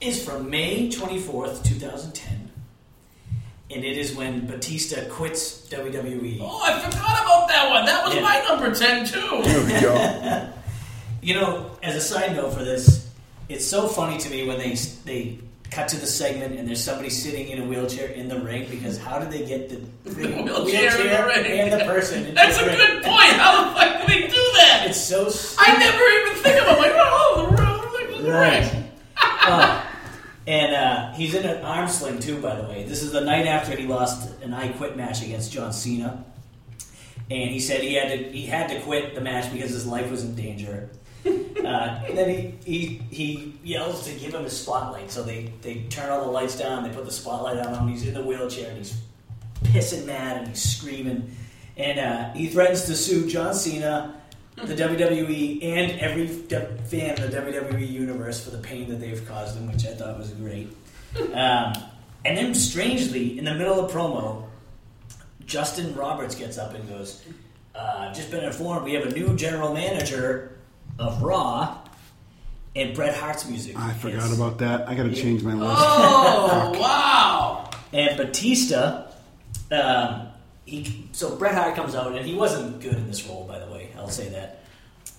S3: is from May 24th, 2010. And it is when Batista quits E. WWE.
S2: Oh, I forgot about that one. That was
S3: Yeah.
S2: my number 10, too.
S1: There we go.
S3: You know, as a side note for this, it's so funny to me when they they cut to the segment and there's somebody sitting in a wheelchair in the ring because how did they get the, freaking
S2: wheelchair in the ring.
S3: and the person? into
S2: That's
S3: the
S2: a
S3: ring?
S2: good point. How the fuck do they do that?
S3: It's so.
S2: I never even think about it. Like, oh, the room. Like, the
S3: Right.
S2: ring.
S3: Oh. And uh, he's in an arm sling too, by the way. This is the night after he lost an I Quit match against John Cena, and he said he had to he had to quit the match because his life was in danger. uh, and then he, he he yells to give him his spotlight, so they they turn all the lights down, they put the spotlight on him. He's in the wheelchair and he's pissing mad and he's screaming, and uh, he threatens to sue John Cena, the WWE, and every de- fan of the WWE universe for the pain that they've caused him, which I thought was great. Um, and then, strangely, in the middle of promo, Justin Roberts gets up and goes, uh, "I've just been informed we have a new general manager of Raw." And Bret Hart's music.
S1: I forgot
S3: hits.
S1: about that. I gotta change my list.
S2: Oh, wow.
S3: And Batista, um, he so Bret Hart comes out, and he wasn't good in this role, by the way. I'll say that.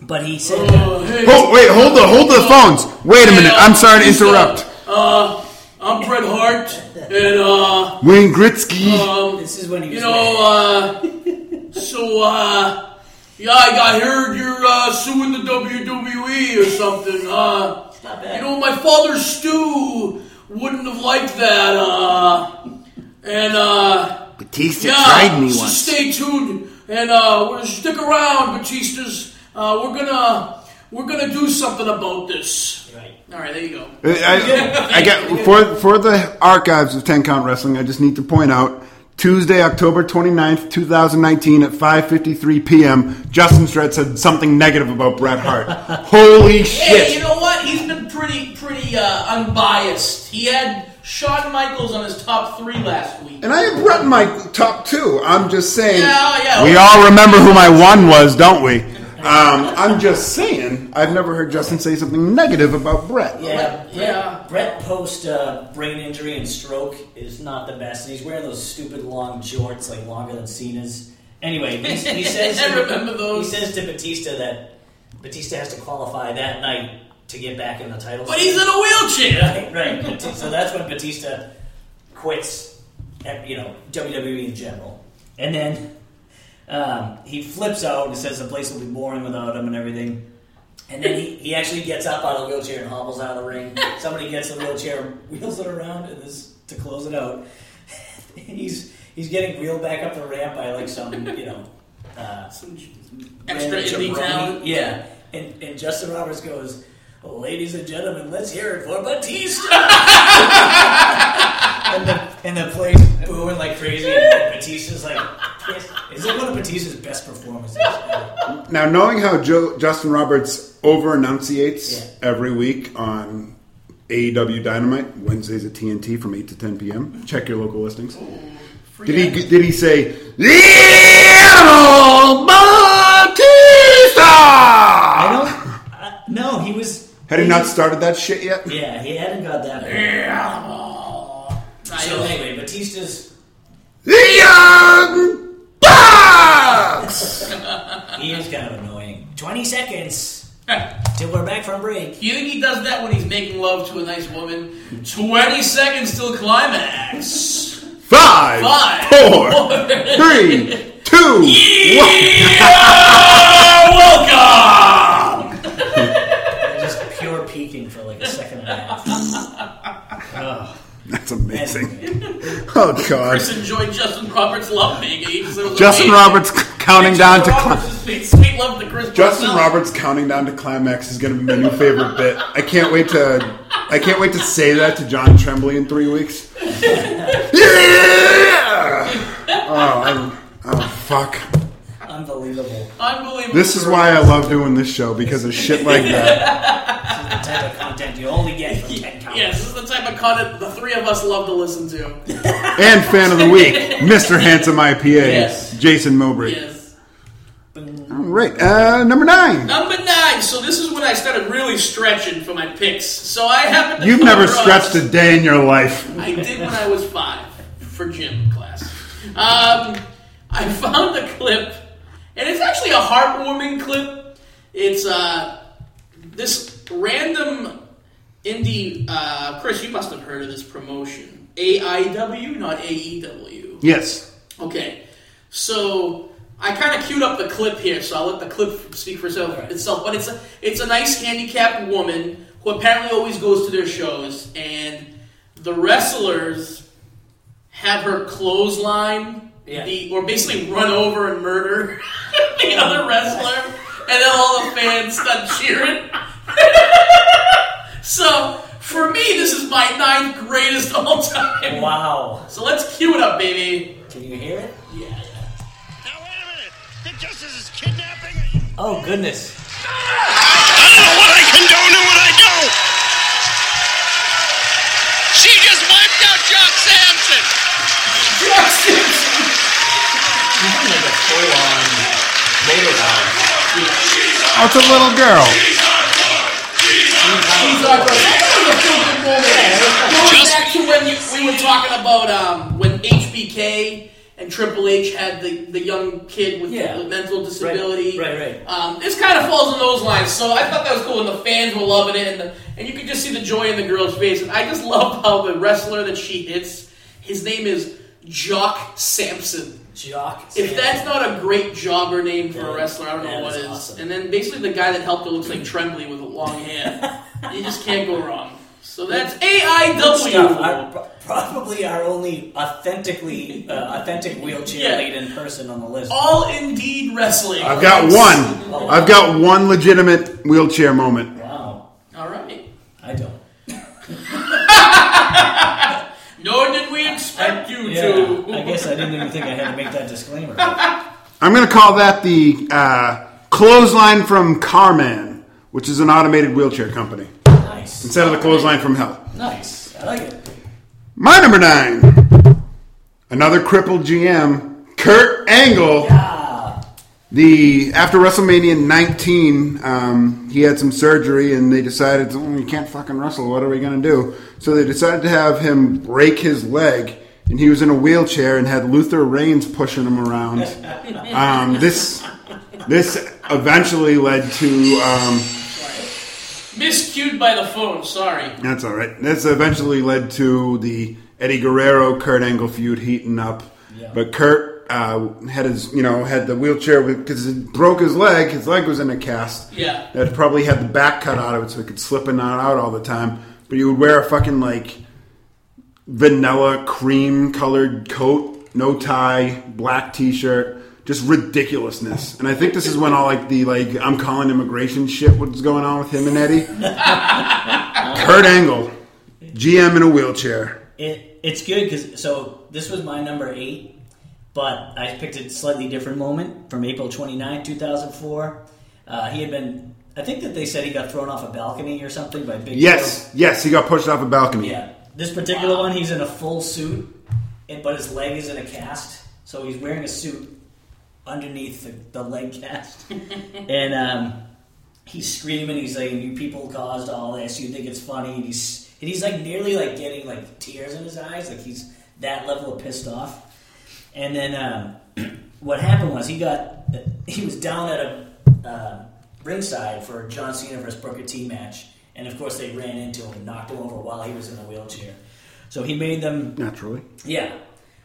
S3: But he said that-
S2: Uh, hey,
S1: Oh, wait, hold the hold the phones. Wait a minute. I'm sorry to
S2: Hey, uh,
S1: interrupt.
S2: Uh, I'm Bret Hart, and uh,
S1: Wayne Gretzky.
S2: um,
S3: this is when he
S2: you
S3: was
S2: know, uh, so uh, yeah, I, I heard you're uh, suing the WWE or something. Uh,
S3: Not bad.
S2: you know, my father Stu wouldn't have liked that. Uh, and uh.
S1: Batista
S2: Yeah, so stay tuned and uh, we're, stick around, Batistas. Uh, we're gonna we're gonna do something about this.
S3: right.
S2: All right, there you go.
S1: Uh, I, I got for for the archives of Ten Count Wrestling. I just need to point out Tuesday, October 29th, 2019, at 5:53 p.m. Justin Stretz said something negative about Bret Hart. Holy
S2: Hey,
S1: shit!
S2: you know what? He's been pretty pretty uh, unbiased. He had Shawn Michaels on his top three last week.
S1: And I have Bret in my top two. I'm just saying.
S3: oh,
S2: Yeah, yeah.
S1: We all remember who my one was, don't we? Um, I'm just saying. I've never heard Justin say something negative about Bret.
S3: Yeah, Brett,
S2: Yeah.
S3: Brett post uh, brain injury and stroke is not the best, and he's wearing those stupid long jorts, like longer than Cena's. Anyway, he, he says
S2: I remember those.
S3: He says to Batista that Batista has to qualify that night to get back in the title.
S2: But he's in a wheelchair.
S3: right, right. Bati- So that's when Batista quits, at, you know, WWE in general, and then um, he flips out and says the place will be boring without him and everything. And then he, he actually gets up out of the wheelchair and hobbles out of the ring. Somebody gets the wheelchair, wheels it around, and this to close it out. he's he's getting wheeled back up the ramp by like some you know. Uh,
S2: Extra
S3: and
S2: indie
S3: jabroni.
S2: talent.
S3: Yeah. And, and Justin Roberts goes, Ladies and gentlemen, let's hear it for Batista. and, the, and the place booing like crazy. And Batista's like, pissed. Is it one of Batista's best performances? ever?
S1: Now, knowing how jo- Justin Roberts over enunciates
S3: Yeah.
S1: every week on AEW Dynamite, Wednesdays at TNT from 8 to 10 p.m., check your local listings. Did he, did he say, Little
S3: I
S1: Batista?
S3: don't. Uh, no, he was.
S1: Had he not started that shit yet?
S3: Yeah, he hadn't got that. bad.
S2: I
S3: So anyway, Batista's.
S1: The Young Bucks!
S3: He is kind of annoying. 20 seconds till we're back from break.
S2: you think he does that when he's making love to a nice woman? Twenty seconds till climax.
S1: Five,
S2: Five,
S1: four, three, two, one.
S2: Ah, welcome.
S3: Just pure peaking for like a second and a half.
S1: That's amazing. Oh, God.
S2: Chris enjoyed Justin Roberts love being
S1: Justin Roberts c- counting down to cli-
S2: Roberts is sweet love to Chris
S1: Justin
S2: Roberts.
S1: Roberts counting down to climax is going to be my new favorite bit. I can't wait to I can't wait to say that to John Tremblay in three weeks. Yeah! Oh, I'm, oh fuck!
S3: Unbelievable.
S2: Unbelievable.
S1: This is why I love doing this show because of shit like that.
S3: the type of content you only get from 10 comics.
S2: Yes, this is the type of content the three of us love to listen to.
S1: And fan of the week, Mr. Handsome IPA,
S2: Yes.
S1: Jason Mowbray.
S2: Yes.
S1: All right, uh, number nine.
S2: Number nine. So this is when I started really stretching for my picks. So I happened to.
S1: You've
S2: come
S1: never
S2: across-
S1: stretched a day in your life.
S2: I did when I was five for gym class. Um, I found the clip, and it's actually a heartwarming clip. It's uh, this random indie. Uh, Chris, you must have heard of this promotion. AIW, not E AEW.
S1: Yes.
S2: Okay, so I kind of queued up the clip here, so I'll let the clip speak for itself. itself. But it's a, it's a nice handicapped woman who apparently always goes to their shows, and the wrestlers have her clothesline,
S3: Yeah.
S2: the, or basically run over and murder the other wrestler, and then all the fans start cheering. so for me, this is my ninth greatest of all time.
S3: Wow.
S2: So let's cue it up, baby.
S3: Can you hear it?
S2: Yeah, yeah.
S5: Now wait a minute. Think justice is kidnapping?
S3: Oh, goodness.
S5: I don't know what I condone and what I don't. She just wiped out Jock Sampson.
S3: You have like a full on motor
S1: Oh, it's a little girl.
S2: He's our brother. That was a stupid moment. Going
S5: Just-
S2: back to when you, we were talking about um, when HBK and and Triple H had the, the young kid with
S3: Yeah.
S2: the mental disability.
S3: Right, right, right.
S2: Um, this kind of falls in those lines, so I thought that was cool, and the fans were loving it, and the, and you could just see the joy in the girl's face. And I just love how the wrestler that she hits, his name is Jock Sampson.
S3: Jock.
S2: If
S3: Sam.
S2: that's not a great jobber name for
S3: Yeah,
S2: a wrestler, I don't know
S3: that
S2: what
S3: is
S2: is.
S3: awesome.
S2: And then basically the guy that helped her looks like Trembly with a long hair. you just can't go wrong. So that's AIW.
S3: Stuff. Our- pro- probably our only authentically uh, authentic wheelchair
S2: Yeah.
S3: laden person on the list.
S2: All Indeed Wrestling.
S1: I've got one. I've got one legitimate wheelchair moment.
S3: Wow,
S2: All right.
S3: I don't.
S2: Nor did we expect you
S3: Yeah,
S2: to.
S3: I guess I didn't even think I had to make that disclaimer.
S1: I'm going to call that the uh, clothesline from Carman, which is an automated wheelchair company,
S3: nice,
S1: instead of the clothesline from hell.
S3: nice. I like it.
S1: My number nine, another crippled GM, Kurt Angle. The after WrestleMania 19, um, he had some surgery, and they decided oh, he can't fucking wrestle. What are we gonna do? So they decided to have him break his leg, and he was in a wheelchair and had Luther Reigns pushing him around. um, this this eventually led to. Um,
S2: Miscued by the phone, sorry.
S1: That's all right. This eventually led to the Eddie Guerrero Kurt Angle feud heating up,
S3: Yeah.
S1: but Kurt uh, had his you know had the wheelchair because it broke his leg. His leg was in a cast.
S2: Yeah.
S1: that probably had the back cut out of it, so it could slip in and out all the time. But he would wear a fucking like vanilla cream colored coat, no tie, black t shirt. Just ridiculousness, and I think this is when all like the like I'm calling immigration shit was going on with him and Eddie. Kurt Angle, GM in a wheelchair.
S3: It it's good because so this was my number eight, but I picked a slightly different moment from April 29, two thousand four. Uh, he had been. I think that they said he got thrown off a balcony or something by Big Show.
S1: Yes, yes, he got pushed off a balcony.
S3: Yeah, this particular one, he's in a full suit, and, but his leg is in a cast, so he's wearing a suit underneath the, the leg cast, and um, he's screaming. He's like, "You people caused all this. You think it's funny?" And he's and he's like nearly like getting like tears in his eyes, like he's that level of pissed off. And then um, what happened was he got he was down at a uh, ringside for a John Cena versus Booker T match, and of course they ran into him and knocked him over while he was in the wheelchair. So he made them
S1: Naturally.
S3: yeah.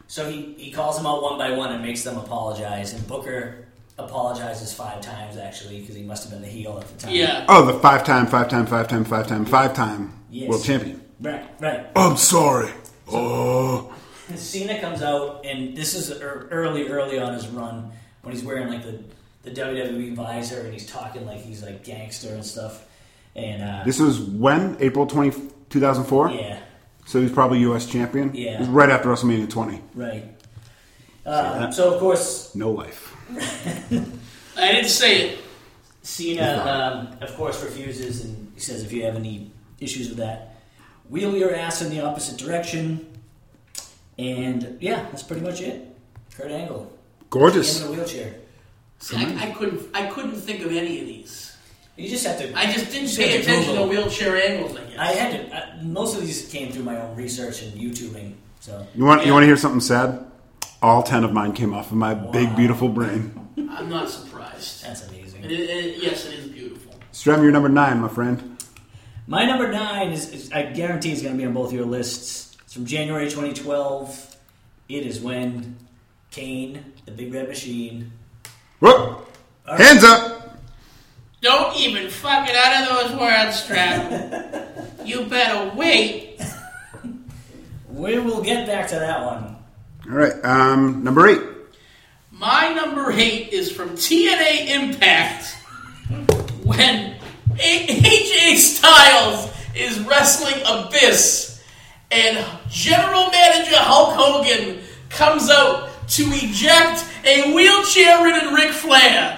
S3: So he, he calls them out one by one and makes them apologize. And Booker apologizes five times, actually, because he must have been the heel at the time.
S2: Yeah.
S1: Oh, the five time, five time, five time, five time, five time
S3: Yes.
S1: world champion.
S3: Right, right.
S1: I'm sorry. Oh,
S3: And Cena comes out, and this is ear- early, early on his run when he's wearing like the, the WWE visor and he's talking like he's like gangster and stuff. And uh,
S1: this was when April 20, 2004.
S3: yeah,
S1: So he's probably U.S. champion.
S3: Yeah.
S1: It was right after WrestleMania 20.
S3: right. Uh, so of course
S1: No life.
S2: I didn't say it.
S3: Cena, um, of course, refuses and he says, if you have any issues with that, wheel your ass in the opposite direction. And yeah, that's pretty much it. Kurt Angle. Him
S1: Gorgeous.
S3: in a wheelchair.
S2: See, I, I couldn't I couldn't think of any of these.
S3: You just have to.
S2: I just didn't
S3: Just
S2: pay
S3: had to
S2: attention to
S3: Google.
S2: wheelchair angles, I guess.
S3: I had to. I, most of these came through my own research and YouTubing. So
S1: You want you want to hear something sad? All ten of mine came off of my big beautiful brain.
S2: I'm not surprised.
S3: that's
S2: It,
S3: amazing.
S2: it, it- yes, it is beautiful.
S1: Strem, you're number nine, my friend.
S3: My number nine is, is I guarantee, is going to be on both your lists. It's from January 2012. It is when Kane, the Big Red Machine,
S1: Whoop. Hands up.
S2: Don't even fuck it out of those words, Strap. you better wait.
S3: We will get back to that one.
S1: All right. Um, number eight.
S2: My number eight is from TNA Impact when A- AJ Styles is wrestling Abyss and General Manager Hulk Hogan comes out to eject a wheelchair ridden Ric Flair.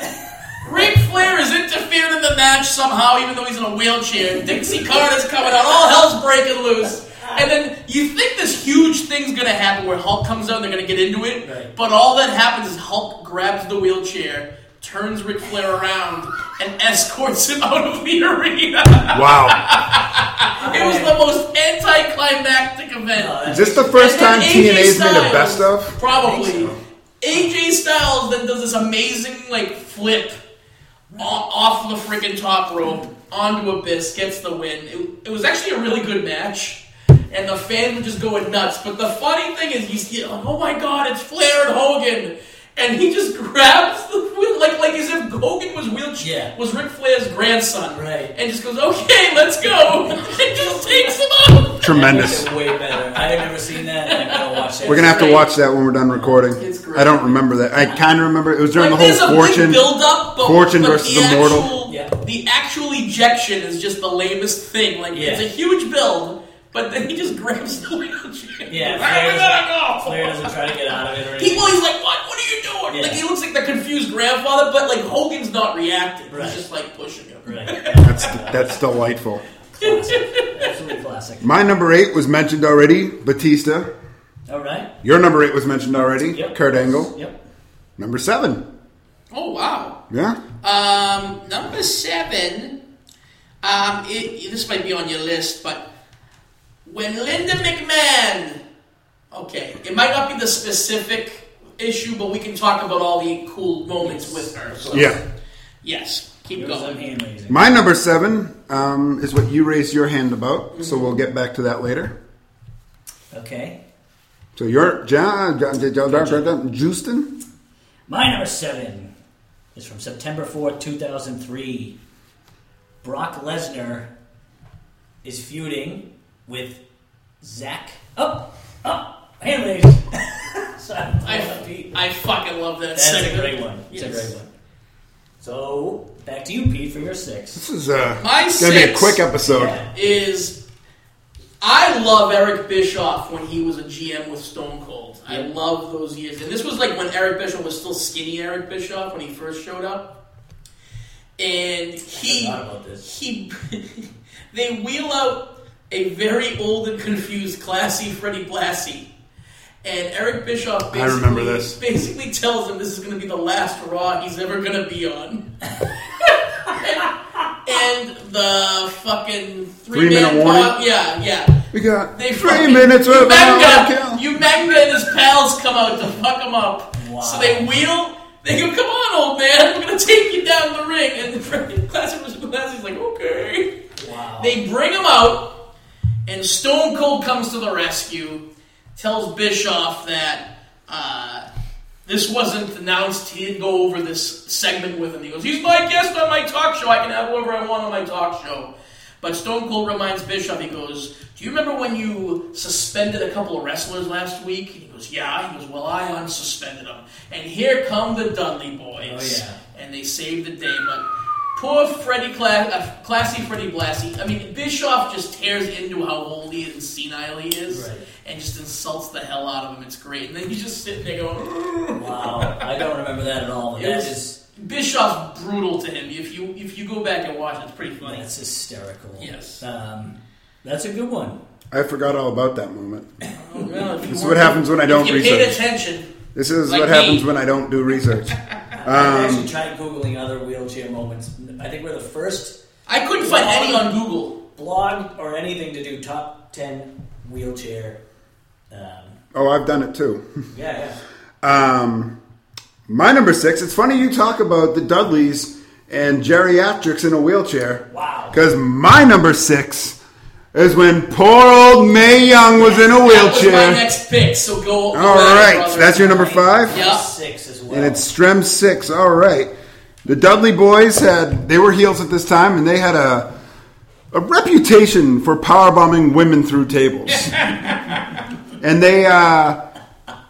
S2: Ric Flair is interfered in the match somehow, even though he's in a wheelchair. Dixie Carter's coming out, all hell's breaking loose. And then you think this huge thing's gonna happen where Hulk comes out and they're gonna get into it,
S3: Right.
S2: but all that happens is Hulk grabs the wheelchair, turns Ric Flair around, and escorts him out of the arena.
S1: Wow.
S2: It was the most anticlimactic event.
S1: Is this the first
S2: And then
S1: time
S2: AJ
S1: TNA's made a
S2: Styles-
S1: best of?
S2: Probably. AJ Styles then does this amazing like flip o- off the freaking top rope onto Abyss, gets the win. It, it was actually a really good match, and the fans were just going nuts. But the funny thing is, he's you know, oh my god, it's Flair and Hogan, and he just grabs the wheel like like as if Hogan was wheelchair
S3: Yeah.
S2: was Ric Flair's grandson,
S3: Right.
S2: And just goes, okay, let's go, and just takes him out.
S1: Tremendous.
S3: Way better. I have never seen that. and I'm gonna watch that.
S1: We're gonna have to watch that when we're done recording.
S2: It's great.
S1: I don't remember that. I kind of remember it was during
S2: Like,
S1: the
S2: there's a
S1: whole fortune.
S2: big build-up, but,
S1: Fortune
S2: but
S1: versus
S2: the
S1: Immortal.
S2: Actual,
S3: Yeah.
S2: The actual ejection is just the lamest thing. Like
S3: Yeah.
S2: it's a huge build, but then he just grabs the wheelchair. Where we
S3: Yeah, Flair's-
S2: gotta go?
S3: Flair doesn't try to get out of it or
S2: He,
S3: anything.
S2: well, he's like, what? What are you doing?
S3: Yeah.
S2: Like he looks like the confused grandfather, but like Hogan's not reacting.
S3: Right.
S2: He's just like pushing him.
S3: Right.
S1: That's that's delightful.
S3: Classic. Absolutely classic.
S1: My number eight was mentioned already. Batista.
S3: All right.
S1: Your number eight was mentioned already. Kurt Angle.
S3: Yep.
S1: Number seven.
S2: Oh wow.
S1: Yeah. Uh,
S2: Um, number seven. Um, it, this might be on your list, but when Linda McMahon. Okay, it might not be the specific issue, but we can talk about all the cool moments with her. So.
S1: Yeah.
S2: Yes. Keep
S3: It was some
S2: going.
S3: hand raising.
S1: My number seven um, is what you raised your hand about,
S2: Mm-hmm.
S1: so we'll get back to that later.
S3: Okay.
S1: So your John John John John John- John- Houston.
S3: My number seven is from September fourth, two 2003. Brock Lesnar is feuding with Zack. Up, up, hand raised. Sorry,
S2: I, I fucking love that
S3: That's a
S2: segment.
S3: great one. It's a
S2: Yes.
S3: great one. So, back to you, Pete, for your six.
S1: This is uh,
S2: My
S1: gonna be a
S2: six.
S1: quick episode.
S3: Yeah.
S2: is I love Eric Bischoff when he was a GM with Stone Cold. I
S3: Yeah.
S2: love those years. And this was like when Eric Bischoff was still skinny Eric Bischoff when he first showed up. And he
S3: forgot about this.
S2: he they wheel out a very old and confused classy Freddie Blassie. And Eric Bischoff basically,
S1: I remember this.
S2: basically tells him this is going to be the last Raw he's ever going to be on. and the fucking three,
S1: Three-minute
S2: man
S1: warning?
S2: pop- Yeah, yeah.
S1: We got
S2: They
S1: three
S2: fucking-
S1: minutes
S2: Umanga-
S1: of kill.
S2: Umanga and his pals come out to fuck him up.
S3: Wow.
S2: So they wheel. They go, come on, old man. We're gonna take you down the ring. And the freaking classic was classic's like, okay.
S3: Wow.
S2: They bring him out, and Stone Cold comes to the rescue, tells Bischoff that uh, this wasn't announced. He didn't go over this segment with him. He goes, He's my guest on my talk show. I can have whoever I want on my talk show. But Stone Cold reminds Bischoff, he goes, Do you remember when you suspended a couple of wrestlers last week? And he goes, Yeah. He goes, Well, I unsuspended them. And here come the Dudley boys.
S3: Oh, yeah.
S2: And they saved the day, but poor Freddie Cla- uh, Classy Freddie Blassie. I mean, Bischoff just tears into how old he is and senile he is,
S3: Right.
S2: and just insults the hell out of him. It's great. And then he's just sitting there going,
S3: Wow. I don't remember that at all. but
S2: It
S3: That
S2: was-
S3: is,
S2: Bischoff's brutal to him. If you if you go back and watch, it, it's pretty funny.
S3: that's hysterical.
S2: Yes.
S3: Um, that's a good one.
S1: I forgot all about that moment.
S2: Oh, well, if you
S1: This is
S2: weren't-
S1: what happens when I don't
S2: If you paid
S1: research.
S2: attention,
S1: This is
S2: like
S1: what happens
S2: me.
S1: when I don't do research.
S3: I
S1: Um,
S3: actually tried Googling other wheelchair moments. I think we're the first
S2: I couldn't find any on Google.
S3: blog or anything to do top 10 wheelchair. Um,
S1: oh, I've done it too.
S3: yeah, yeah.
S1: Um, my number six. It's funny you talk about the Dudleys and geriatrics in a wheelchair.
S3: Wow.
S1: Because my number six is when poor old May Young was in a
S2: That was my
S1: wheelchair.
S2: next pick. So go. go
S1: All
S2: ahead,
S1: right,
S2: brother.
S1: that's your number five.
S2: Yeah.
S3: Six as well.
S1: And it's Strem six. All right. The Dudley boys had they were heels at this time, and they had a a reputation for powerbombing women through tables. and they uh,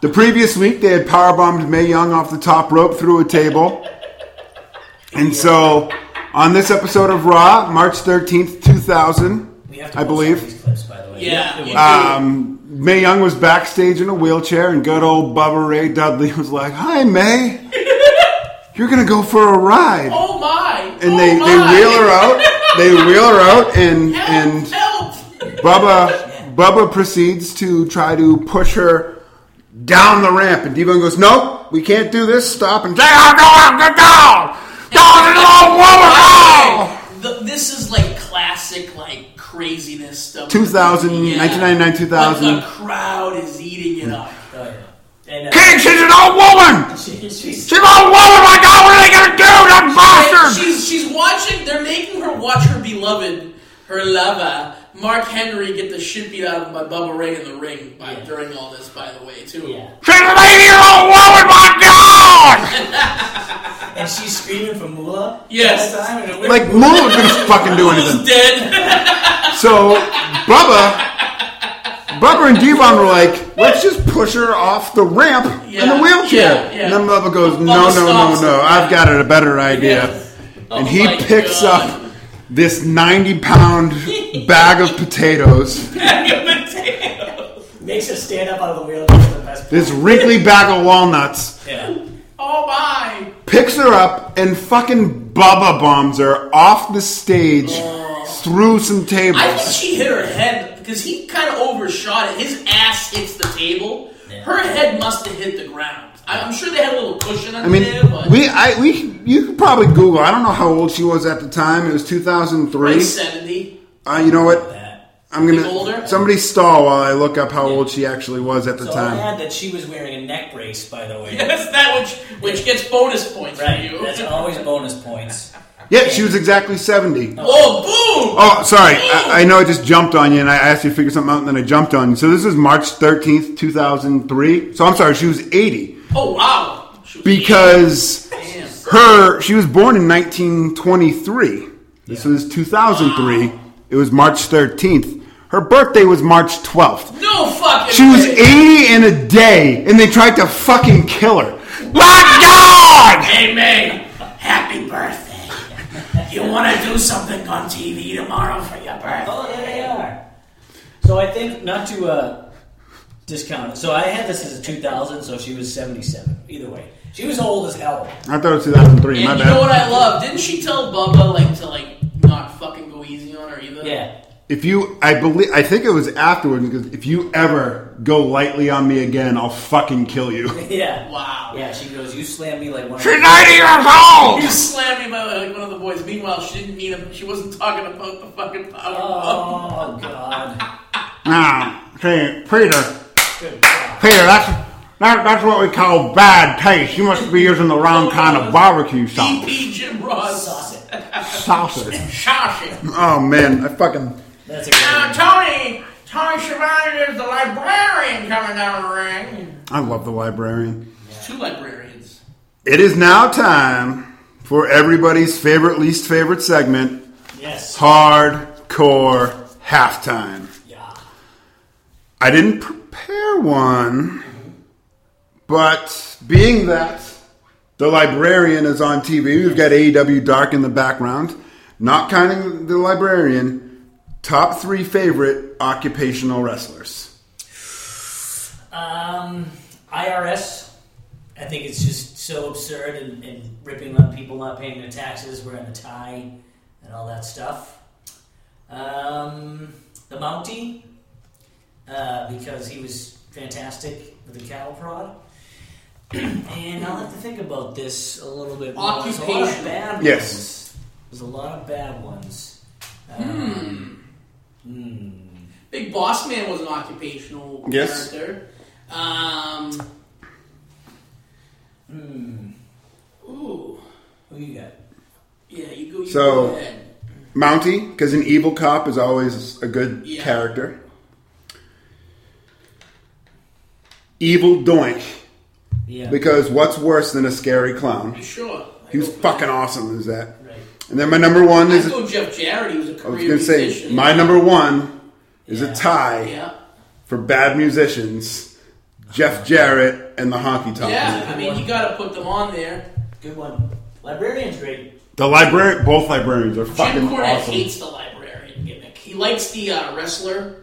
S1: the previous week they had powerbombed May Young off the top rope through a table. And so on this episode of Raw, March thirteenth, two thousand,
S3: we have to
S1: I
S3: post all
S1: believe.
S3: These clips, by the way.
S2: Yeah,
S3: It
S2: you
S3: was-
S2: do.
S1: Um, May Young was backstage in a wheelchair, and good old Bubba Ray Dudley was like, "Hi, May, you're gonna go for a ride."
S2: oh my!
S1: and
S2: oh
S1: they, they
S2: my.
S1: wheel her out. They wheel her out, and
S2: Help!
S1: and
S2: help!
S1: Bubba Bubba proceeds to try to push her down the ramp, and D-Bone goes, "Nope, we can't do this. Stop!" And take her down, get down, down, little woman, down.
S2: The, this is like classic, like craziness stuff.
S1: 2000,
S2: Yeah.
S1: 1999, 2000.
S2: But the crowd is eating it up.
S3: Oh, yeah. And uh,
S1: King, she's an old woman!
S3: she, she's,
S1: She's an old woman! My God, what are they gonna do? That bastard!
S2: She's she's watching. They're making her watch her beloved, her lover, Mark Henry, get the shit beat out of him by Bubba Ray in the ring. By
S3: Yeah.
S2: during all this, by the way, too.
S3: yeah.
S1: She's an 80 year old woman! My God!
S3: And she's screaming for Moolah.
S2: Yes.
S3: the whole time, and we're-
S1: Like, Mullah couldn't fucking do anything.
S2: He's dead.
S1: So Bubba, Bubba and Devon were like, let's just push her off the ramp in the
S2: Yeah,
S1: wheelchair.
S2: yeah, yeah.
S1: And then Bubba goes, no,
S2: Bubba
S1: no, no,
S2: stops
S1: no,
S2: him.
S1: I've got a better idea.
S2: Yes.
S1: And
S2: Oh
S1: he
S2: my
S1: picks
S2: God.
S1: up this 90 pound bag of potatoes,
S3: makes her stand up out of the wheelchair. for The best.
S1: this wrinkly bag of walnuts,
S3: Yeah.
S2: oh my!
S1: picks her up, and fucking Bubba bombs her off the stage
S2: Oh.
S1: through some tables.
S2: I think she hit her head because he kind of overshot it. His ass hits the table. Her head must have hit the ground. I- I'm sure they had a little cushion under
S1: I mean,
S2: there, but
S1: we, I, we, you could probably Google. I don't know how old she was at the time. It was 2003.
S2: like seventy.
S1: Uh, you know what?
S3: That.
S1: I'm
S2: older?
S1: gonna somebody stall while I look up how old she actually was at the
S3: So I
S1: time.
S3: had that she was wearing a neck brace, by the way.
S2: That's that which which gets bonus points
S3: Right.
S2: for you.
S3: That's always bonus points.
S1: Yeah, she was exactly 70.
S2: oh, boom!
S1: Oh, sorry. I, I know I just jumped on you, and I asked you to figure something out, and then I jumped on you. So this is March 13th, 2003. So I'm sorry, she was 80
S2: Oh wow! She was
S1: because
S2: Damn.
S1: her she was born in 1923. This was 2003. It was March 13th. Her birthday was March 12th.
S2: No fucking.
S1: She was
S2: way.
S1: 80 in a day, and they tried to fucking kill her. My God!
S2: Hey May, happy birthday. You want to do something on TV tomorrow for your birthday?
S3: Oh, there they are. So I think not to uh, discount it. So I had this as a 2000, so she was 77. Either way, she was old as hell.
S1: I thought it was 2003. My
S2: And you
S1: bad.
S2: know what I love? Didn't she tell Bubba like to like not fucking go easy on her either?
S3: Yeah.
S1: if you, I believe, I think it was afterwards because if you ever go lightly on me again, I'll fucking kill you.
S3: Yeah.
S2: Wow.
S3: Yeah. She goes, "You slammed me like one."
S1: She's
S3: Of
S1: 90 years old.
S2: You slammed me by like one of the boys. Meanwhile, she didn't mean it. She wasn't talking about the fucking power.
S3: oh God.
S1: Now, see, Peter,
S3: Good God.
S1: Peter, that's that, that's what we call bad taste. You must be using the wrong kind of barbecue sauce.
S2: DP Jim Ross.
S3: Sauce it.
S1: Sausage.
S2: Shosh it.
S1: Oh man, I fucking.
S3: That's a good
S2: Now,
S3: one.
S2: Uh, Tony, Tony Schiavone is the librarian coming down the ring.
S1: I love the librarian.
S2: Two librarians.
S1: It is now time for everybody's favorite, least favorite segment
S3: Yes.
S1: hardcore halftime.
S3: Yeah.
S1: I didn't prepare one, but being that the librarian is on TV, we've got AEW Dark in the background, not counting the librarian, top three favorite occupational wrestlers.
S3: Um, IRS. I think it's just so absurd and, and ripping on people not paying their taxes, wearing a tie, and all that stuff. Um, the Mountie, uh, because he was fantastic with the cattle prod. and I'll have to think about this a little bit more. There's a lot of
S2: Occupation.
S3: bad ones.
S1: Yes.
S3: There's a lot of bad ones. Um, hmm.
S2: Big Boss Man was an occupational
S1: Yes.
S2: character. Um,
S3: Hmm.
S2: ooh,
S3: Who you got?
S2: yeah, you go. You
S1: So-
S2: go ahead.
S1: Mounty, because an evil cop is always a good
S2: Yeah.
S1: character. Evil Doink,
S3: Yeah.
S1: because what's worse than a scary clown?
S2: You sure.
S1: He was
S2: I go-
S1: fucking awesome, is that?
S3: right.
S1: And then my number one
S2: I
S1: is.
S2: go Jeff Jarrett. He was a
S1: I was
S2: career
S1: gonna say
S2: musician.
S1: my number one is
S3: Yeah.
S1: a tie
S2: Yeah.
S1: for bad musicians, Jeff Jarrett and the Honky Tonk.
S2: Yeah, I mean, you gotta put them on there.
S3: Good one. Librarian's great.
S1: The librarian, both librarians are
S2: Jim
S1: fucking
S2: Cornette
S1: awesome.
S2: hates the librarian gimmick. He likes the uh, wrestler.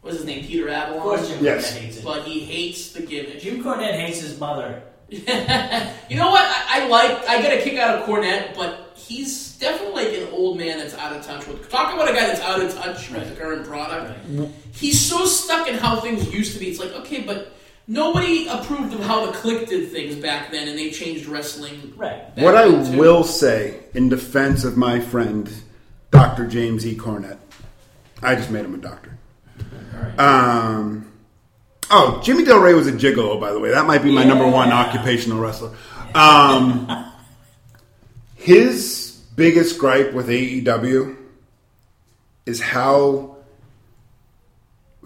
S2: What's his name? Peter
S3: Of
S2: Avalon.
S3: course, Jim
S1: Yes.
S3: Cornette hates it.
S2: But he hates the gimmick.
S3: Jim Cornette hates his mother.
S2: you know what? I, I like. I get a kick out of Cornette, but he's definitely like an old man that's out of touch with. Talk about a guy that's out of touch with the current product. He's so stuck in how things used to be. It's like okay, but nobody approved of how the click did things back then, and they changed wrestling.
S3: Right.
S2: back
S1: What I
S2: then, too.
S1: will say in defense of my friend, Dr. James E. Cornett, I just made him a doctor. Um, Oh, Jimmy Del Rey was a gigolo, by the way. That might be my number one
S3: Yeah.
S1: occupational wrestler. Um, his biggest gripe with AEW is how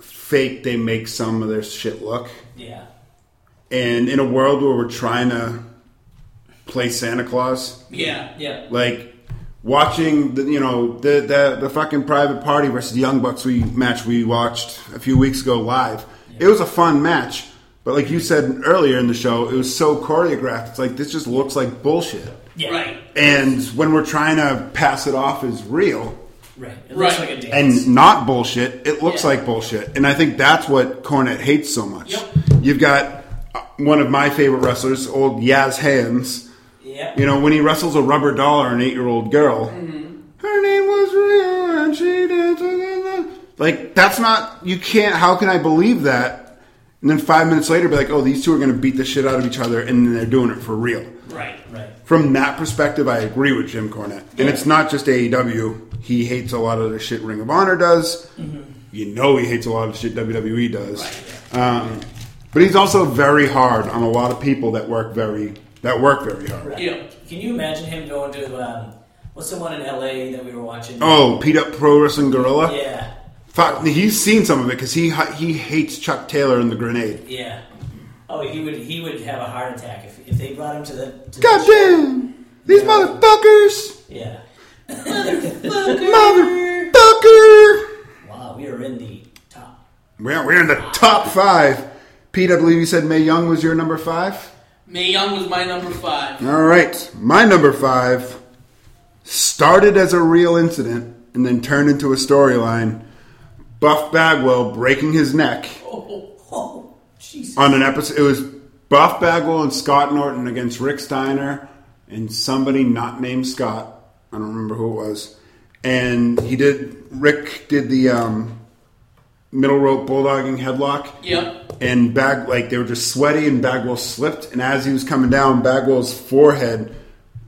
S1: fake they make some of their shit look.
S3: Yeah.
S1: And in a world where we're trying to play Santa Claus,
S2: Yeah.
S3: Yeah.
S1: like watching the you know the the, the fucking private party versus the young bucks we match we watched a few weeks ago live it was a fun match but like you said earlier in the show it was so choreographed it's like this just looks like bullshit
S3: Yeah.
S2: Right.
S1: and when we're trying to pass it off as real
S3: Right. It looks
S2: Right.
S3: like a dance.
S1: and not bullshit it looks
S3: Yeah.
S1: like bullshit and i think that's what cornet hates so much
S2: Yep.
S1: you've got uh, one of my favorite wrestlers old yaz hands
S3: yeah.
S1: you know, when he wrestles a rubber doll or an eight year old girl, her name was real and she did. Like, that's not, you can't, how can I believe that? And then five minutes later, be like, oh, these two are going to beat the shit out of each other and then they're doing it for real.
S2: Right.
S3: Right.
S1: From that perspective, I agree with Jim Cornette. And it's not just AEW. He hates a lot of the shit Ring of Honor does. You know, he hates a lot of the shit WWE does. Um, but he's also very hard on a lot of people that work very, that work very hard.
S2: Yeah.
S3: Can you imagine him going to um, what's the one in LA that we were watching?
S1: Oh, Pete Up Pro Wrestling Gorilla.
S3: Yeah.
S1: Fuck, he's seen some of it because he he hates Chuck Taylor and the grenade.
S3: Yeah. Oh, he would he would have a heart attack if, if they brought him to the. To the
S1: Goddamn, these motherfuckers,
S3: Yeah.
S1: motherfucker.
S3: Wow, we are in the top.
S1: We're we're in the top five. Pete, I believe you said May Young was your number five.
S2: May Young was my number five.
S1: All right, my number five started as a real incident and then turned into a storyline. Buff Bagwell breaking his neck
S2: Oh,
S3: Oh, Jesus.
S1: on an episode. It was Buff Bagwell and Scott Norton against Rick Steiner and somebody not named Scott. I don't remember who it was. And he did. Rick did the um, middle rope bulldogging headlock.
S2: yeah.
S1: And Bag like they were just sweaty, and Bagwell slipped. And as he was coming down, Bagwell's forehead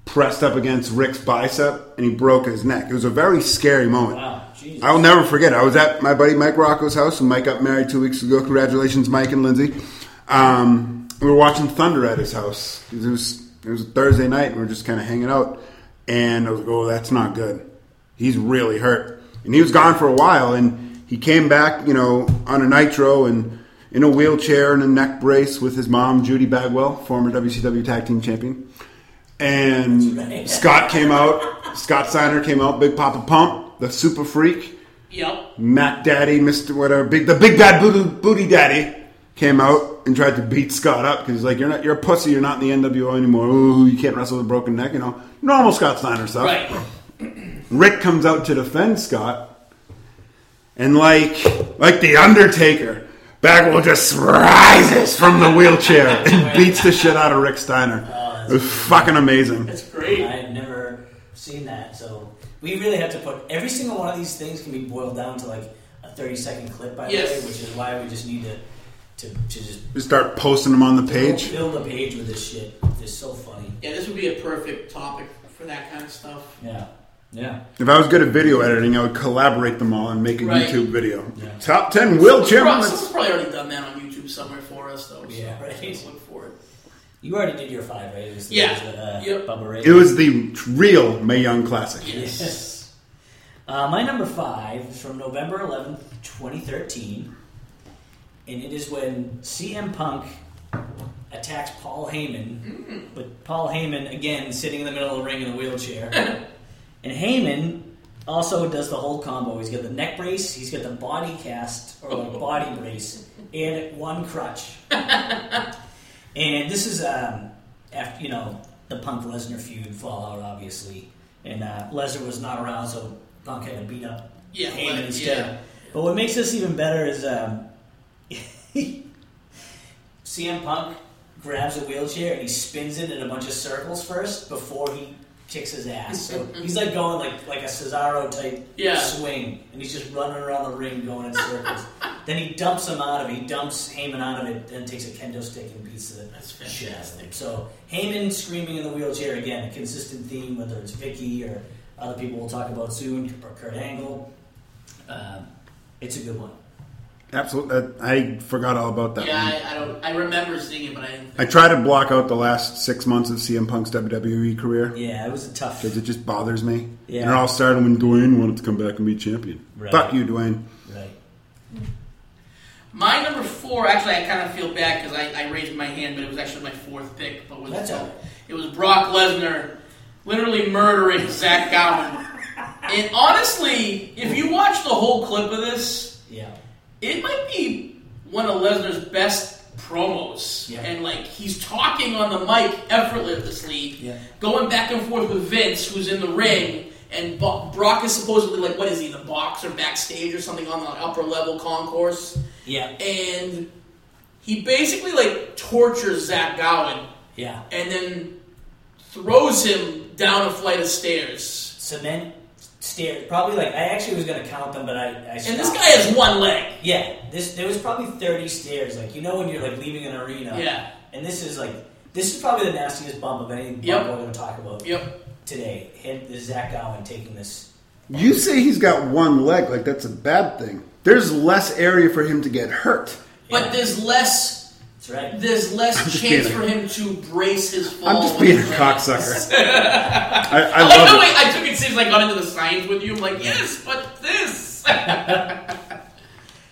S1: pressed up against Rick's bicep, and he broke his neck. It was a very scary moment.
S3: Wow, Jesus.
S1: I'll never forget. I was at my buddy Mike Rocco's house, and Mike got married two weeks ago. Congratulations, Mike and Lindsay. Um, we were watching Thunder at his house. It was it was a Thursday night, and we were just kind of hanging out. And I was like, "Oh, that's not good. He's really hurt." And he was gone for a while, and he came back, you know, on a nitro and in a wheelchair and a neck brace with his mom, Judy Bagwell, former WCW Tag Team Champion. And
S3: right.
S1: Scott came out. Scott Steiner came out. Big Papa Pump, the Super Freak,
S2: Yep.
S1: Mac Daddy, Mister Whatever, Big the Big Bad Booty, Booty Daddy came out and tried to beat Scott up because he's like, "You're not, you're a pussy. You're not in the NWO anymore. Ooh, you can't wrestle with a broken neck. You know, normal Scott Steiner stuff."
S2: Right.
S1: Rick comes out to defend Scott, and like like the Undertaker, Bagwell just rises from the wheelchair and beats the shit out of Rick Steiner. it was fucking amazing.
S2: Oh, That's great.
S3: I have never seen that, so we really have to put every single one of these things can be boiled down to like a thirty-second clip, by
S2: Yes.
S3: the way, which is why we just need to to, to just
S1: You start posting them on the page.
S3: build a page with this shit. It's so funny.
S2: Yeah, this would be a perfect topic for that kind of stuff.
S3: Yeah, yeah.
S1: If I was good at video editing, I would collaborate them all and make a
S2: Right.
S1: YouTube video.
S3: Yeah.
S1: Top 10 wheelchair
S2: Someone's
S1: moments.
S2: probably already done that on YouTube somewhere for us, though. So
S3: Yeah, right.
S2: Just look for it.
S3: You already did your five, right? It was the-
S2: Yeah.
S3: uh,
S2: Yep.
S3: Bubba Ray.
S1: It was the real May Young classic.
S3: Yes. Uh, my number five is from November 11th, 2013. And it is when CM Punk attacks Paul
S2: Mm-hmm.
S3: Heyman. But Paul Heyman, again, sitting in the middle of the ring in a wheelchair. and Heyman also does the whole combo. He's got the neck brace, he's got the body cast, or like body brace, and one crutch. And this is um, after you know the Punk Lesnar feud fallout, obviously, and uh, Lesnar was not around, so Punk had to beat up
S2: Yeah,
S3: Heyman
S2: Le-
S3: instead.
S2: yeah.
S3: But what makes this even better is um, CM Punk grabs a wheelchair and he spins it in a bunch of circles first before he kicks his ass. So he's like going like like a Cesaro type
S2: Yeah.
S3: swing, and he's just running around the ring going in circles. then he dumps him out of it. He dumps Heyman out of it, then takes a kendo stick and beats the
S2: That's
S3: shit out of
S2: fantastic.
S3: him. So Heyman screaming in the wheelchair again, a consistent theme, whether it's Vicky or other people we'll talk about soon, or Kurt Angle. Um, it's a good one.
S1: Absolutely. uh, I forgot all about that.
S2: Yeah,
S1: one.
S2: I, I don't. I remember seeing it, but I didn't.
S1: I try to block out the last six months of CM Punk's WWE career
S3: Yeah, it was a tough.
S1: because it just bothers me.
S3: Yeah.
S1: And it all started when Dwayne wanted to come back and be champion.
S3: Right.
S1: Fuck you, Dwayne.
S3: Right.
S2: My number four, actually, I kind of feel bad because I, I raised my hand, but it was actually my fourth pick. But was
S3: That's all right.
S2: it was Brock Lesnar literally murdering Zach Gowen. And honestly, if you watch the whole clip of this,
S3: Yeah.
S2: it might be one of Lesnar's best promos.
S3: Yeah.
S2: And like he's talking on the mic effortlessly,
S3: Yeah.
S2: going back and forth with Vince, who's in the ring. And Bo- Brock is supposedly like, what is he, the boxer backstage or something on the upper level concourse?
S3: Yeah.
S2: and he basically like tortures Zach Gowen
S3: Yeah.
S2: and then throws him down a flight of stairs.
S3: Cement stairs. Probably like I actually was gonna count them, but I. I
S2: And this
S3: stopped.
S2: guy has one leg.
S3: Yeah. This there was probably thirty stairs. Like you know when you're like leaving an arena.
S2: Yeah.
S3: And this is like this is probably the nastiest bump of any bump
S2: Yep.
S3: we're gonna talk about
S2: Yep.
S3: today. Him, this Zach Gowen taking this.
S1: You say he's got one leg, like that's a bad thing. There's less area for him to get hurt.
S2: But there's less
S3: That's right.
S2: there's less
S1: just
S2: chance
S1: being
S2: for
S1: a-
S2: him to brace his fall.
S1: I'm just
S2: when
S1: being a
S2: he lands.
S1: cocksucker. I, I
S2: I like how
S1: love it.
S2: I, I took it seriously. I got into the science with you. I'm like, yes, but this.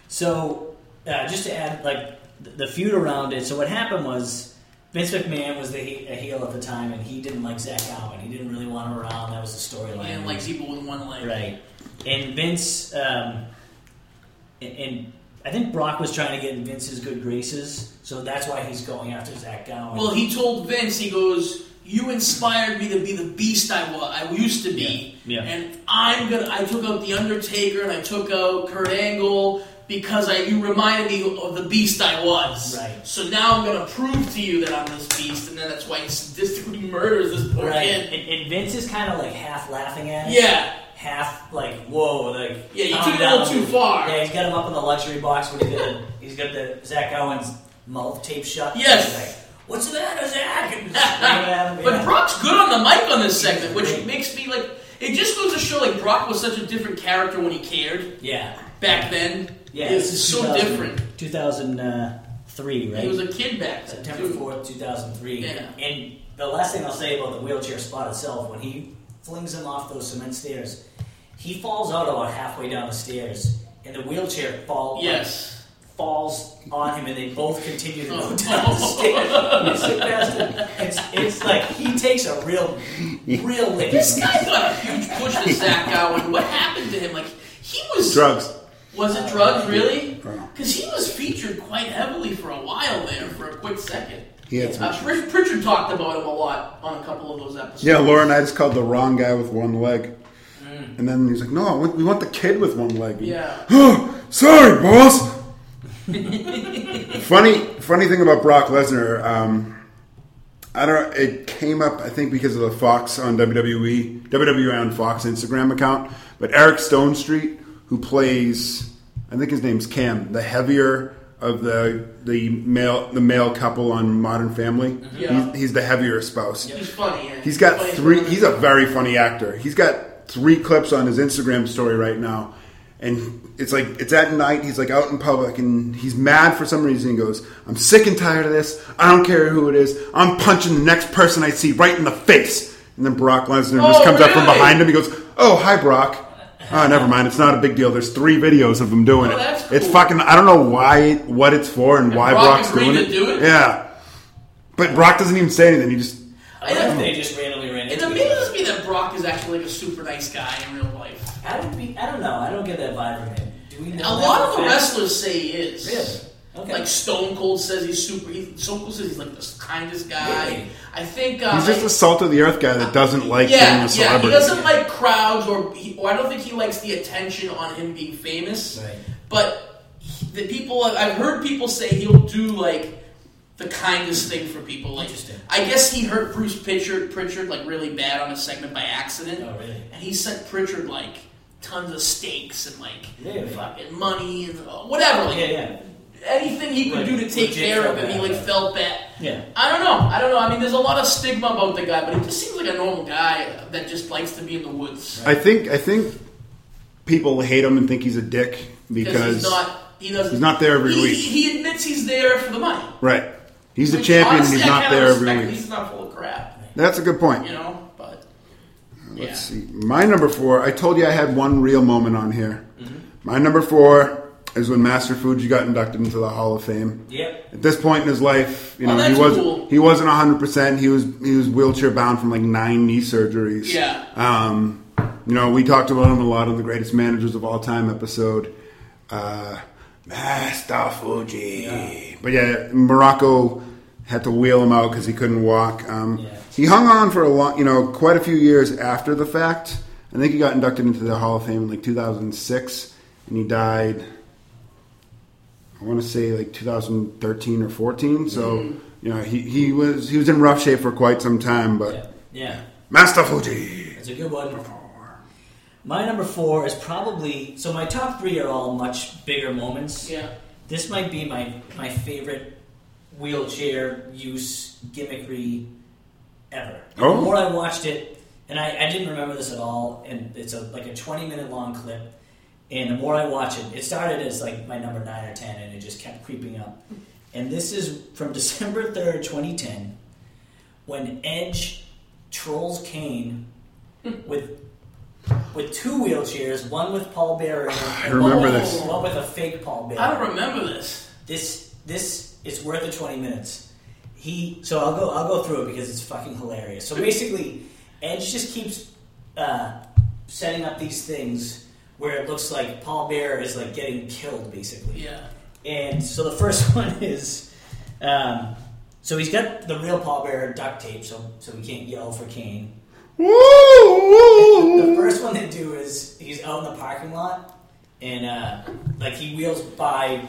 S3: So, uh, just to add, like th- the feud around it. So what happened was Vince McMahon was the he- a heel at the time, and he didn't like Zach Gowen. He didn't really want him around. That was the storyline.
S2: and like people with one leg.
S3: right. And Vince, um, and, and I think Brock was trying to get in Vince's good graces, so that's why he's going after Zach Gowen.
S2: Well, he told Vince, he goes, "You inspired me to be the beast I was, I used to be,
S3: Yeah, yeah.
S2: and I'm gonna. I took out the Undertaker and I took out Kurt Angle because I, you reminded me of the beast I was.
S3: Right.
S2: So now I'm gonna prove to you that I'm this beast, and then that's why he sadistically murders this poor
S3: right. And,
S2: kid.
S3: and Vince is kind of like half laughing at it.
S2: Yeah,
S3: half like whoa, like
S2: Yeah, you
S3: calm
S2: took it a little
S3: down.
S2: too far.
S3: Yeah, he's got him up in the luxury box when he's got the he's got the Zach Owens mouth tape shut.
S2: Yes.
S3: He's like, What's the matter, Zach? And just screaming at him,
S2: but
S3: yeah.
S2: Brock's good on the mic on this
S3: He's
S2: segment, which
S3: great.
S2: makes me like. It just goes to show, like Brock was such a different character when he cared
S3: yeah,
S2: back then.
S3: yeah,
S2: it was so different.
S3: Two thousand uh, three, right?
S2: He was a kid back then.
S3: September
S2: too.
S3: fourth, two thousand three.
S2: Yeah.
S3: And the last thing I'll say about the wheelchair spot itself, when he flings him off those cement stairs, he falls out about halfway down the stairs, and the wheelchair falls.
S2: Yes.
S3: falls on him and they both continue to go
S2: Oh.
S3: down the stairs. You sick bastard. It's, it's like he takes a real, real lick.
S2: This guy got a huge push to Zach Gowen. What happened to him? Like, he was.
S1: Drugs.
S2: Was it
S3: Uh,
S2: drugs, really?
S1: Yeah.
S2: Because he was featured quite heavily for a while there, for a quick second.
S1: He had some
S2: Uh, Pritch- Pritchard talked about him a lot on a couple of those episodes.
S1: Yeah, Laura and I just called the wrong guy with one leg. And then he's like, no, I want- we want the kid with one leg.
S2: Mm. Yeah.
S1: Oh, sorry, boss. funny, funny thing about Brock Lesnar. Um, I don't. It came up, I think, because of the Fox on E, WWE, WWE on Fox Instagram account. But Eric Stone Street, who plays, I think his name's Cam, the heavier of the the male the male couple on Modern Family.
S2: Yeah.
S1: He's, he's the heavier spouse.
S2: He's funny. Mm-hmm. Yeah.
S1: He's got
S2: Funny
S1: three.
S2: as well.
S1: He's a very funny actor. He's got three clips on his Instagram story right now, and it's like it's at night. He's like out in public, and he's mad for some reason. He goes, "I'm sick and tired of this. I don't care who it is. I'm punching the next person I see right in the face." And then Brock Lesnar just
S2: Oh,
S1: comes up from
S2: really?
S1: behind him. He goes, "Oh, hi, Brock." Oh, never mind. It's not a big deal. There's three videos of him doing
S2: Oh,
S1: it.
S2: that's
S1: It's
S2: cool.
S1: fucking. I don't know why, what it's for, and, why
S2: Brock
S1: Brock's
S2: agreed
S1: doing
S2: to do it?
S1: Yeah, but Brock doesn't even say anything. He just
S3: I wonder if they just randomly ran
S2: It
S3: into
S2: amazes me that Brock is actually like a super nice guy in real life.
S3: I don't, be, I don't know. I don't get that vibe from him. Do we know
S2: A
S3: that
S2: lot of
S3: for
S2: the
S3: a fact?
S2: wrestlers say he is.
S3: Really? Okay.
S2: Like Stone Cold says he's super. He, Stone Cold says he's like the kindest guy.
S3: Really?
S2: I think uh,
S1: He's just
S2: like-
S1: a salt of the earth guy that doesn't like being
S2: yeah,
S1: a
S2: yeah.
S1: celebrity.
S2: He doesn't like crowds, or, he, or I don't think he likes the attention on him being famous.
S3: Right.
S2: But he- the people I've heard people say he'll do like the kindest thing for people. Like,
S3: Interesting.
S2: I guess he hurt Bruce Pritchard, Pritchard like really bad on a segment by accident.
S3: Oh, really?
S2: And he sent Pritchard like tons of steaks and like
S3: Really?
S2: fucking money and uh, whatever. Like,
S3: Yeah, yeah.
S2: anything he could
S3: Right.
S2: do to take
S3: Legit
S2: care
S3: felt
S2: of him, he
S3: bad.
S2: like felt bad.
S3: Yeah.
S2: I don't know. I don't know. I mean, there's a lot of stigma about the guy, but he just seems like a normal guy that just likes to be in the woods
S1: I think I think people hate him and think he's a dick
S2: because
S1: because
S2: he's not. He doesn't.
S1: He's not there every
S2: he,
S1: week.
S2: He admits he's there for the money.
S1: Right. He's the
S2: Which,
S1: champion
S2: honestly,
S1: and he's
S2: I
S1: not
S2: kinda
S1: there
S2: respect
S1: every
S2: him.
S1: week.
S2: He's not full of crap,
S1: That's a good point.
S2: you know. But yeah.
S1: Let's see. My number four, I told you I had one real moment on here.
S2: Mm-hmm.
S1: My number four is when Master Fuji got inducted into the Hall of Fame.
S3: Yep.
S1: At this point in his life, you
S2: Oh,
S1: know, he
S2: that's
S1: wasn't
S2: cool.
S1: he wasn't hundred percent. He was he was wheelchair bound from like nine knee surgeries.
S2: Yeah.
S1: Um, you know, we talked about him a lot on the Greatest Managers of All Time episode. Uh, Master Fuji. But yeah, Morocco had to wheel him out because he couldn't walk. Um,
S3: Yeah.
S1: He hung on for a long, you know, quite a few years after the fact. I think he got inducted into the Hall of Fame in like 2006, and he died. I want to say like 2013 or 14. So
S3: Mm-hmm.
S1: you know, he, he was he was in rough shape for quite some time. But
S3: Yeah. Yeah.
S1: Master Fuji.
S3: It's a good one. My number four is probably so. My top three are all much bigger moments.
S2: yeah.
S3: This might be my my favorite wheelchair use gimmickry ever.
S1: Oh.
S3: The more I watched it, and I, I didn't remember this at all, and it's a like a twenty minute long clip. And the more I watch it, it started as like my number nine or ten, and it just kept creeping up. And this is from December third, twenty ten, when Edge trolls Kane with with two wheelchairs, one with Paul Bearer, and one
S1: remember
S3: with-
S1: this.
S3: one with a fake Paul Bearer
S2: I don't remember this.
S3: this this is worth the 20 minutes he so i'll go i'll go through it because it's fucking hilarious so basically edge just keeps uh, setting up these things where it looks like paul bear is like getting killed basically
S2: Yeah.
S3: and so the first one is um, so he's got the real paul bear duct tape so so he can't yell for kane
S1: Woo!
S3: the
S1: woo.
S3: first one they do is he's out in the parking lot, and uh, like he wheels by,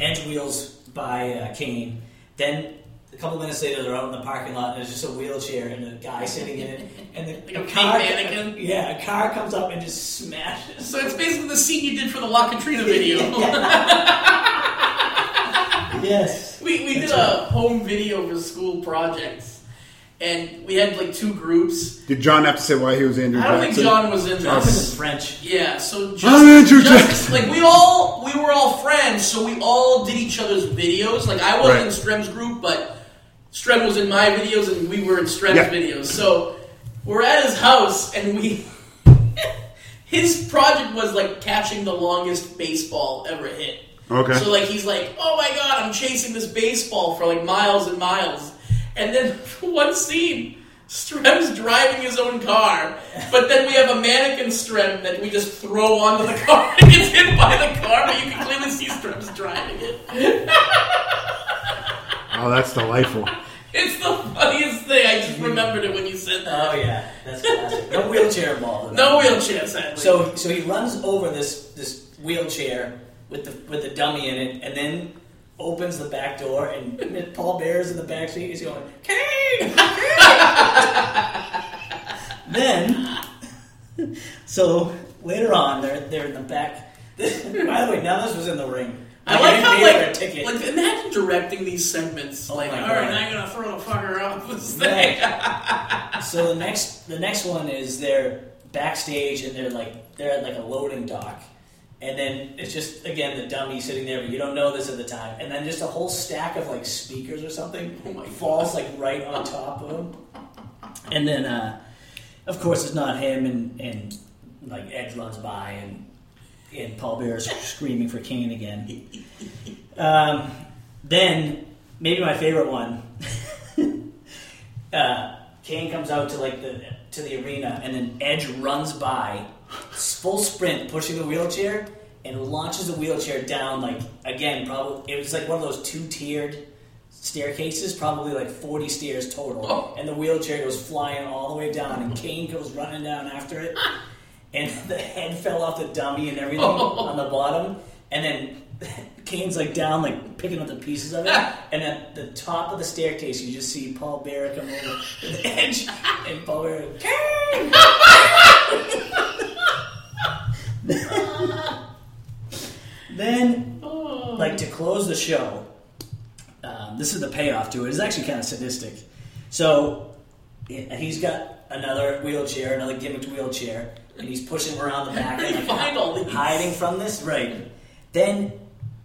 S3: Edge wheels by uh, Kane. Then a couple minutes later, they're out in the parking lot, and there's just a wheelchair and a guy sitting in it, and the
S2: Like a
S3: car,
S2: pink mannequin?
S3: yeah, a car comes up and just smashes.
S2: So it's basically the scene you did for the La Katrina video.
S3: Yes,
S2: We, we did
S3: That's
S2: a home video for school projects, and we had like two groups.
S1: Did John have to say why he was Andrew
S2: I don't think
S1: Jackson?
S2: John was in
S3: Jonathan is
S2: this.
S3: French.
S2: Yeah, so just,
S1: Andrew
S2: just-
S1: Jackson.
S2: like we all we were all friends, so we all did each other's videos. Like I wasn't
S1: Right.
S2: in Strem's group, but Strem was in my videos, and we were in Strem's
S1: Yeah.
S2: videos. So we're at his house, and we his project was like catching the longest baseball ever hit.
S1: Okay.
S2: So like he's like, oh my god, I'm chasing this baseball for like miles and miles, and then one scene, Strem's driving his own car, but then we have a mannequin Strem that we just throw onto the car and gets hit by the car, but you can clearly see Strem's driving it.
S1: Oh, that's delightful.
S2: It's the funniest thing. I just remembered it when you said that.
S3: Oh yeah, that's classic. No wheelchair involved. in
S2: No
S3: that.
S2: wheelchair, sadly.
S3: So so he runs over this this wheelchair with the with the dummy in it, and then opens the back door, and Paul Bear's in the back seat. He's going, "Kane!" then, so later on, they're they're in the back. by the way, now this was in the ring.
S2: I like how
S3: they gave her
S2: like,
S3: a ticket. Oh
S2: like imagine directing these segments. like,
S3: my
S2: all
S3: God.
S2: right, now you're gonna throw the fucker off this thing.
S3: Right. so the next the next one is they're backstage and they're like they're at like a loading dock. And then it's just again the dummy sitting there, but you don't know this at the time. And then just a whole stack of like speakers or something
S2: Oh my God.
S3: falls like right on top of him. And then uh, of course it's not him and, and like Edge runs by and and Paul Bear is screaming for Kane again. Um, then maybe my favorite one. uh, Kane comes out to like the to the arena, and then Edge runs by, full sprint, pushing the wheelchair, and launches the wheelchair down. Like again, probably it was like one of those two tiered staircases, probably like forty stairs total,
S2: Oh.
S3: and the wheelchair goes flying all the way down, and Kane goes running down after it and the head fell off the dummy and everything on the bottom. And then Kane's like down, like picking up the pieces of it. And at the top of the staircase, you just see Paul Bearer come over to the edge, and Paul Bearer, Kane! then, like to close the show, um, this is the payoff to it. It's actually kind of sadistic. So yeah, he's got another wheelchair, another gimmicked wheelchair, and he's pushing around the back,
S2: Where do you
S3: like,
S2: find all these?
S3: hiding from this. Right. Then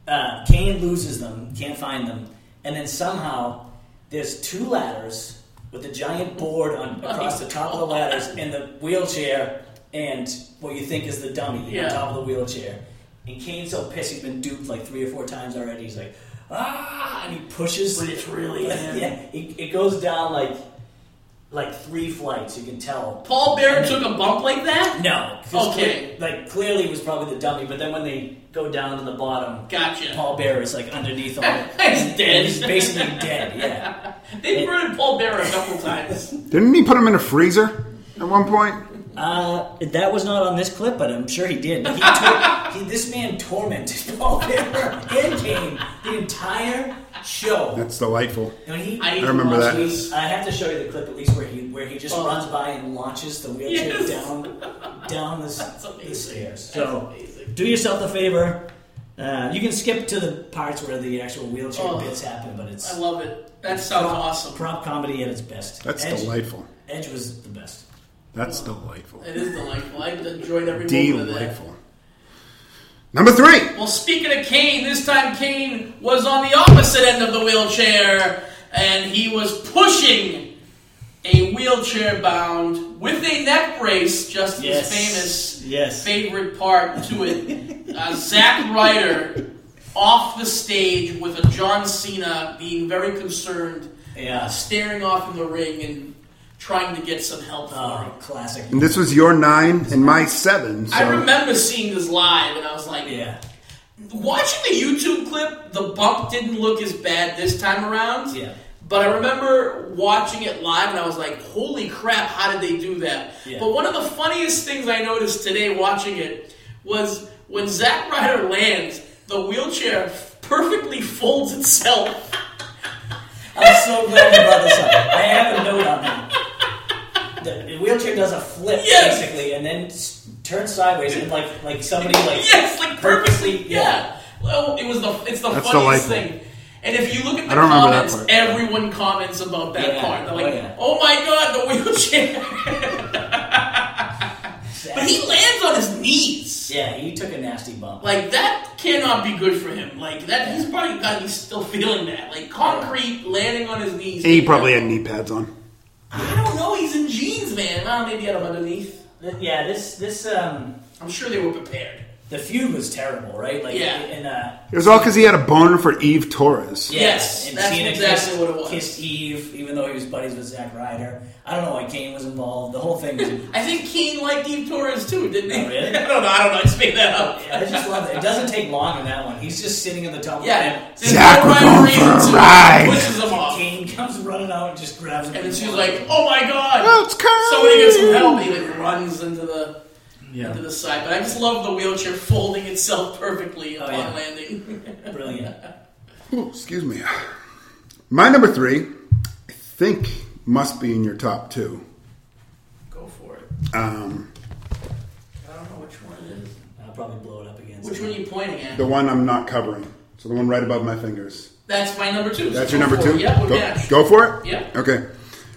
S3: uh, uh, Kane loses them, can't find them, and then somehow there's two ladders with a giant board on across the top of the ladders and the wheelchair and what you think is the dummy
S2: Yeah.
S3: on top of the wheelchair. And Kane's so pissed he's been duped like three or four times already. He's like, ah, and he pushes.
S2: But it's really him.
S3: yeah. It, it goes down like like three flights. You can tell.
S2: Paul Bear took a bump like that?
S3: No. 'cause
S2: Okay.
S3: cle- like clearly it was probably the dummy, but then when they go down to the bottom,
S2: Gotcha.
S3: Paul Bear is like underneath all.
S2: He's dead.
S3: He's basically dead. Yeah.
S2: They murdered Paul Bear a couple times.
S1: Didn't he put him in a freezer at one point?
S3: Uh, that was not on this clip, but I'm sure he did. He tor- he, this man tormented Paul Bear and Kane the entire show.
S1: That's delightful.
S3: When he,
S2: I
S3: he
S1: remember that.
S3: launches- I have to show you the clip at least where he where he just
S2: Oh.
S3: runs by and launches the wheelchair
S2: Yes.
S3: down down the, s-
S2: amazing.
S3: the stairs.
S2: That's
S3: So
S2: amazing.
S3: do yourself a favor. Uh, you can skip to the parts where the actual wheelchair
S2: Oh.
S3: bits happen, but it's
S2: I love it. That sounds awesome.
S3: prop comedy at its best.
S1: That's
S3: Edge,
S1: delightful.
S3: Edge was the best.
S1: That's delightful.
S2: It is delightful. I enjoyed every moment of that.
S1: Delightful. Number three.
S2: Well, speaking of Kane, this time Kane was on the opposite end of the wheelchair, and he was pushing a wheelchair bound with a neck brace, Justin's
S3: Yes.
S2: famous
S3: Yes.
S2: favorite part to it. uh, Zack Ryder off the stage with a John Cena being very concerned,
S3: Yeah.
S2: staring off in the ring and trying to get some help for him.
S3: Oh, classic.
S1: And this was your nine and my seven. So
S2: I remember seeing this live, and I was like,
S3: Yeah.
S2: Watching the YouTube clip, the bump didn't look as bad this time around.
S3: Yeah.
S2: But I remember watching it live and I was like, holy crap, how did they do that?
S3: Yeah.
S2: But one of the funniest things I noticed today watching it was when Zack Ryder lands, the wheelchair perfectly folds itself.
S3: I'm so glad you brought this up. I have a note on that. The the wheelchair does a flip
S2: Yes.
S3: basically, and then s- turns sideways, and like like somebody like
S2: yes, like purposely.
S3: Purposely,
S2: Yeah.
S3: yeah.
S2: Well, it was the it's the
S1: That's
S2: funniest
S1: delightful.
S2: thing. And if you look at the
S1: I don't remember that
S2: comments,
S1: part.
S2: everyone comments about that
S3: Yeah.
S2: part. They're
S3: Oh,
S2: like,
S3: yeah.
S2: "Oh my god, the wheelchair!" But he lands on his knees.
S3: yeah, he took a nasty bump.
S2: Like that cannot be good for him. Like that, he's probably got he's still feeling that. Like concrete landing on his knees.
S1: he probably had knee pads on.
S2: I don't know. He's in jeans, man. Well, maybe out of underneath.
S3: Th- yeah, this this um
S2: I'm sure they were prepared.
S3: the feud was terrible, right? Like
S2: Yeah.
S3: and uh
S1: It was all because he had a boner for Eve Torres.
S3: yeah,
S2: Yes,
S3: and
S2: that's
S3: Cena
S2: exactly
S3: kissed,
S2: what it was.
S3: Kissed Eve, even though he was buddies with Zack Ryder. I don't know why Kane was involved. The whole thing was.
S2: I think Kane liked Eve Torres too, didn't he?
S3: Oh, really?
S2: I don't know. I don't know. I just made that up.
S3: Yeah, I just love it. It doesn't take long in that one. He's just sitting at the top
S2: Yeah,
S3: of the
S2: there's
S1: Zach,
S2: no
S1: we're
S2: rhyme
S1: going
S2: or
S1: for a
S2: reason to
S1: ride.
S2: it. pushes him
S3: ramp.
S2: off,
S3: Kane comes running out and just grabs him.
S2: and then she's like, "Oh my god!"
S1: Let's go.
S2: Somebody gets some help. He like runs into the
S3: yeah.
S2: into the side, but I just love the wheelchair folding itself perfectly
S1: Oh,
S2: upon
S3: yeah.
S2: landing.
S3: Brilliant.
S1: Ooh, excuse me. My number three, I think, must be in your top two.
S2: Go for it.
S1: Um,
S2: I don't know which one it is.
S3: I'll probably blow it up against
S2: Which one are you pointing at?
S1: the one I'm not covering. So the one right above my fingers.
S2: That's my number two.
S1: That's
S2: So
S1: your
S2: go
S1: number
S2: for it.
S1: two?
S2: Yeah, we're
S1: go,
S2: back.
S1: go for it?
S2: Yeah.
S1: Okay.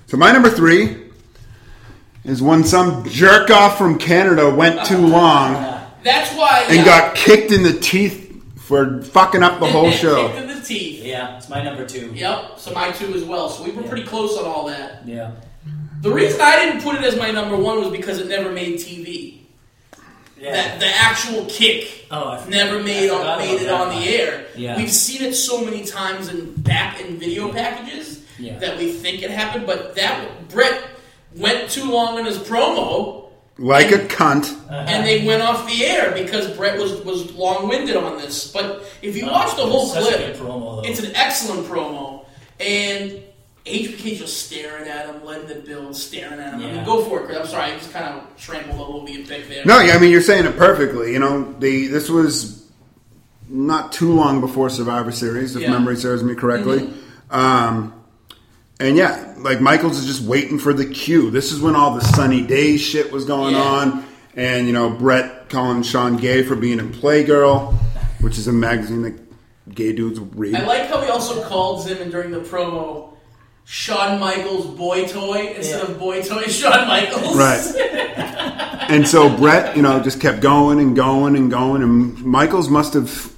S1: So my number three is when some jerk off from Canada went too long
S2: That's why.
S1: and got kicked in the teeth for fucking up the whole
S2: Kicked
S1: show.
S2: in the teeth.
S3: Yeah, it's my number two.
S2: Yep. So my two as well. So we were pretty close on all that.
S3: Yeah.
S2: The reason I didn't put it as my number one was because it never made TV.
S3: Yeah.
S2: That the actual kick
S3: Oh, I forgot-
S2: never made
S3: I
S2: on,
S3: forgot
S2: made
S3: about
S2: it
S3: that
S2: on
S3: one.
S2: the air.
S3: Yeah.
S2: We've seen it so many times in back in video packages
S3: Yeah.
S2: that we think it happened, but that Brett went too long in his promo
S1: Like a cunt.
S3: Uh-huh.
S2: and they went off the air because Brett was, was long winded on this. But if you watch the whole
S3: Oh, such a
S2: clip,
S3: good promo, though.
S2: it's an excellent promo. And HBK just staring at him, letting it build, staring at him. I mean,
S3: Yeah.
S2: go for it, Chris. I'm sorry, I just kind of trampled all over your pick there.
S1: No, I mean you're saying it perfectly. You know, the this was not too long before Survivor Series, if
S2: Yeah. Mm-hmm.
S1: memory serves me correctly. Um, and yeah, like Michaels is just waiting for the cue. This is when all the sunny day shit was going
S2: Yeah.
S1: on, and you know Brett calling Sean Gay for being in Playgirl, which is a magazine that gay dudes read.
S2: I like how he also called him and during the promo Shawn Michaels boy toy instead
S3: Yeah.
S2: of boy toy Shawn Michaels.
S1: Right. and so Brett, you know, just kept going and going and going, and Michaels must have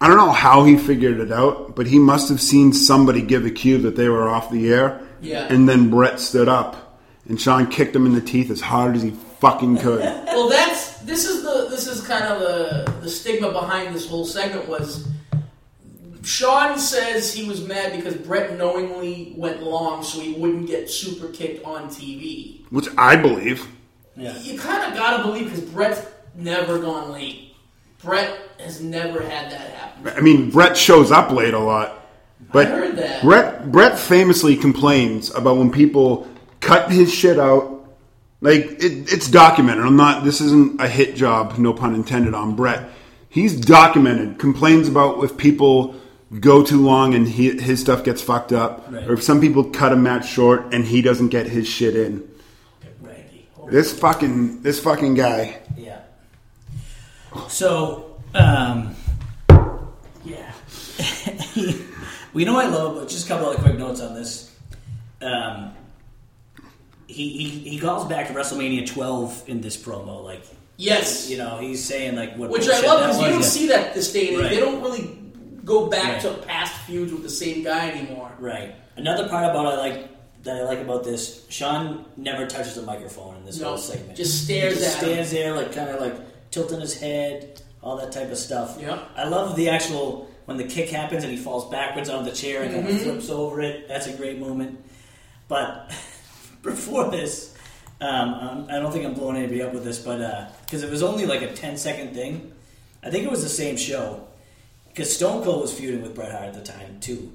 S1: I don't know how he figured it out, but he must have seen somebody give a cue that they were off the air.
S2: Yeah.
S1: And then Brett stood up, and Sean kicked him in the teeth as hard as he fucking could.
S2: Well, that's this is the this is kind of the the stigma behind this whole segment was. Sean says he was mad because Brett knowingly went long so he wouldn't get super kicked on TV.
S1: Which I believe.
S3: Yeah.
S2: You kind of gotta believe because Brett's never gone late. Brett has never had that happen.
S1: I mean, Brett shows up late a lot, but
S2: I heard that.
S1: Brett Brett famously complains about when people cut his shit out. Like it, it's documented. I'm not. This isn't a hit job. No pun intended on Brett. He's documented. Complains about if people go too long and he, his stuff gets fucked up,
S3: Right.
S1: or if some people cut a match short and he doesn't get his shit in.
S3: Randy.
S1: This fucking this fucking guy.
S3: Yeah. So, um, yeah. we know I love, but just a couple other quick notes on this. Um, he, he he calls back to WrestleMania 12 in this promo, like
S2: Yes.
S3: you know he's saying like what
S2: Which I
S3: bullshit
S2: love
S3: that
S2: because you
S3: was.
S2: don't
S3: Yeah.
S2: see that this day and age.
S3: Right.
S2: They don't really go back
S3: Right.
S2: to past feuds with the same guy anymore.
S3: Right. Another part about I like that I like about this, Sean never touches the microphone in this
S2: No,
S3: whole segment.
S2: just stares
S3: he just
S2: at him.
S3: stands there like kind of like tilting his head, all that type of stuff.
S2: Yeah.
S3: I love the actual when the kick happens and he falls backwards out of the chair and kind of
S2: Mm-hmm.
S3: flips over it. That's a great moment. But before this, um, um, I don't think I'm blowing anybody up with this, but because it was only like a 10 second thing, I think it was the same show. Because Stone Cold was feuding with Bret Hart at the time too,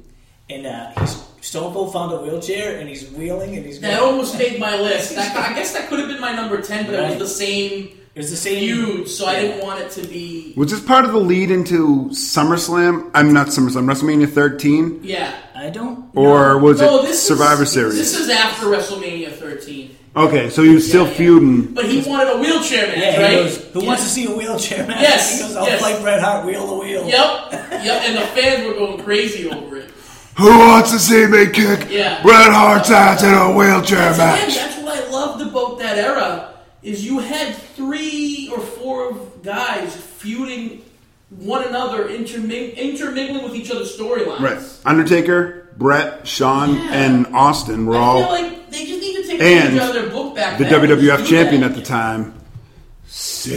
S3: and uh, he's, Stone Cold found a wheelchair and he's wheeling and he's.
S2: That almost made my list. That, I guess that could have been my number 10, but it
S3: Right.
S2: was the same
S3: It was the same
S2: feud, so I
S3: Yeah.
S2: didn't want it to be.
S1: Which is part of the lead into SummerSlam. I'm not SummerSlam. WrestMania 13.
S2: Yeah.
S3: I don't.
S1: Or was
S2: No,
S1: it
S2: this
S1: Survivor
S2: is,
S1: Series?
S2: This is after WrestleMania 13.
S1: okay, so he was still
S2: Yeah, yeah.
S1: feuding.
S2: But he wanted a wheelchair match,
S3: Yeah, he
S2: right?
S3: goes, Who wants to
S2: Yeah.
S3: see a wheelchair match?
S2: Yes,
S3: He goes, I'll
S2: yes.
S3: fight Bret Hart wheel to wheel.
S2: Yep, yep, and the fans were going crazy over it.
S1: Who wants to see me kick
S2: Yeah.
S1: Bret Hart's ass in a wheelchair
S2: That's,
S1: match?
S2: again, that's what I loved about that era is you had three or four of guys feuding one another, interming- intermingling with each other's storylines.
S1: Right. Undertaker, Brett, Sean,
S2: Yeah.
S1: and Austin were
S2: I feel
S1: all
S2: like they just need to take
S1: And
S2: each out of their book back.
S1: the
S2: then.
S1: WWF
S2: Do
S1: champion
S2: that.
S1: at the time.
S2: Yeah.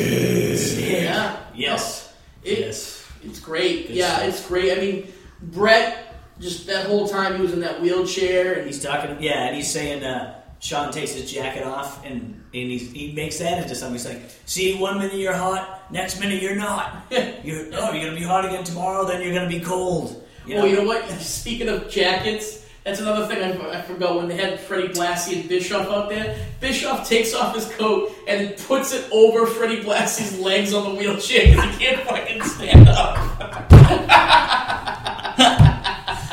S3: Yes.
S2: It-
S3: yes.
S2: It's great.
S3: Good
S2: yeah,
S3: stuff.
S2: it's great. I mean, Brett, just that whole time he was in that wheelchair and he's
S3: He's talking. Yeah, and he's saying uh, Sean takes his jacket off and and he's, he makes that into something. He's like, "See, one minute you're hot, next minute you're not. you're oh, you're gonna be hot again tomorrow. Then you're gonna be cold." You
S2: Oh, you know what? Speaking of jackets, that's another thing I, I forgot when they had Freddie Blassie and Bischoff out there. Bischoff takes off his coat and puts it over Freddie Blassie's legs on the wheelchair because he can't fucking stand up.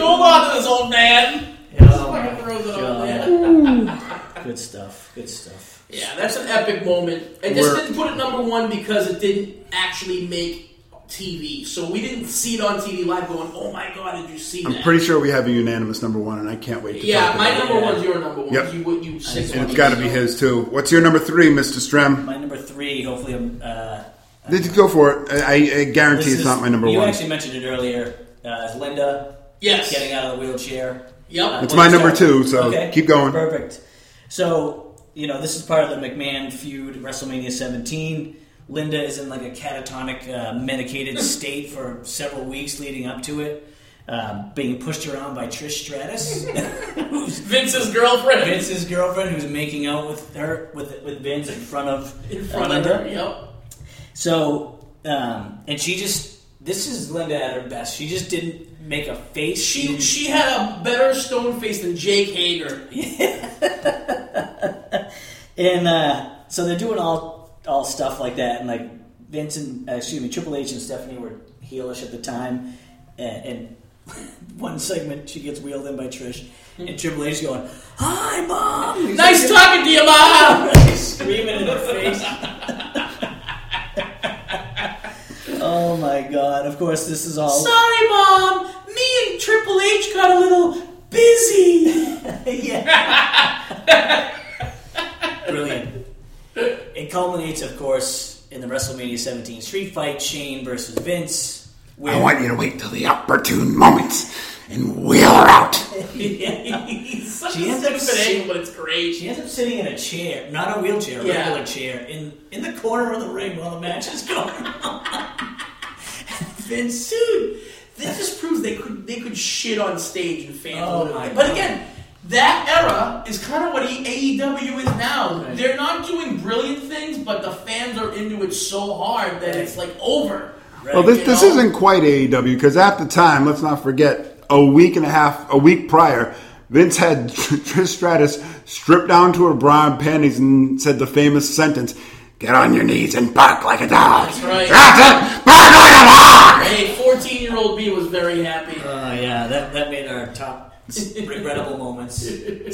S2: Hold on to this old man.
S3: Oh,
S2: Fucking
S3: my
S2: throws it on
S3: God.
S2: there.
S3: Good stuff. Good stuff.
S2: Yeah, that's an epic moment. I just
S1: We're-
S2: didn't put it number one because it didn't actually make TV. So we didn't see it on TV live going, oh my god, did you see that?
S1: I'm pretty sure we have a unanimous number one, and I can't wait to
S2: Yeah,
S1: talk
S2: my
S1: about it.
S2: number
S3: Yeah.
S2: one's your number one.
S1: Yep.
S2: You would you six
S1: And it's got to be his, too. What's your number three, Mr. Strem?
S3: My number three. Hopefully, I'm. Uh,
S1: Did you go for it? I, I- I guarantee
S3: this
S1: it's
S3: is-
S1: not my number
S3: you
S1: one.
S3: actually mentioned it earlier. Uh, Linda
S2: Yes.
S3: getting out of the wheelchair. Uh,
S2: Yep.
S1: It's my number two, so
S3: Okay.
S1: keep going.
S3: Perfect. So, you know, this is part of the McMahon feud, WrestleMania 17. Linda is in like a catatonic, uh, medicated state for several weeks leading up to it, um, being pushed around by Trish Stratus, who's
S2: Vince's girlfriend.
S3: Vince's girlfriend, who's making out with her with with Vince in front of uh,
S2: in front of
S3: Linda.
S2: her. Yep.
S3: So, um, and she just this is Linda at her best. She just didn't make a face.
S1: Mm-hmm.
S2: She she had a better stone face than Jake Hager.
S3: And uh, so they're doing all all stuff like that, and like Vince and uh, excuse me, Triple H and Stephanie were heelish at the time, and, and one segment she gets wheeled in by Trish, and Triple H going, "Hi, mom!" He's
S2: Nice
S3: like,
S2: talking to you, Ma.
S3: screaming in her face. oh my god! Of course, this is all
S2: Sorry, Mom. Me and Triple H got a little busy.
S3: yeah. Brilliant. It culminates, of course, in the WrestleMania 17 street fight, Shane versus Vince. Where
S1: I want you to wait till the opportune moment and wheel her out.
S2: He's such
S3: She
S2: a
S3: ends up
S2: stupid
S3: sitting-
S2: angle, but it's great.
S3: She ends up sitting in a chair, not a wheelchair, a
S2: Yeah.
S3: regular chair, in in the corner of the ring while the match is going on. Vince,
S2: Dude, that just proves they could they could shit on stage and fans.
S3: Oh
S2: would.
S3: my
S2: but
S3: God.
S2: again, that era is kind of what E, he, AEW is now. They're not doing brilliant things, but the fans are into it so hard that it's like over.
S1: Well, this,
S2: You
S1: this
S2: know?
S1: isn't quite AEW because at the time, let's not forget, a week and a half, a week prior, Vince had Trish Stratus stripped down to her bra and panties and said the famous sentence, "Get on your knees and bark like a dog."
S2: That's right.
S1: Strata, bark like a dog.
S2: Hey, 14 year old me was very happy.
S3: oh yeah, that that made our top regrettable moments.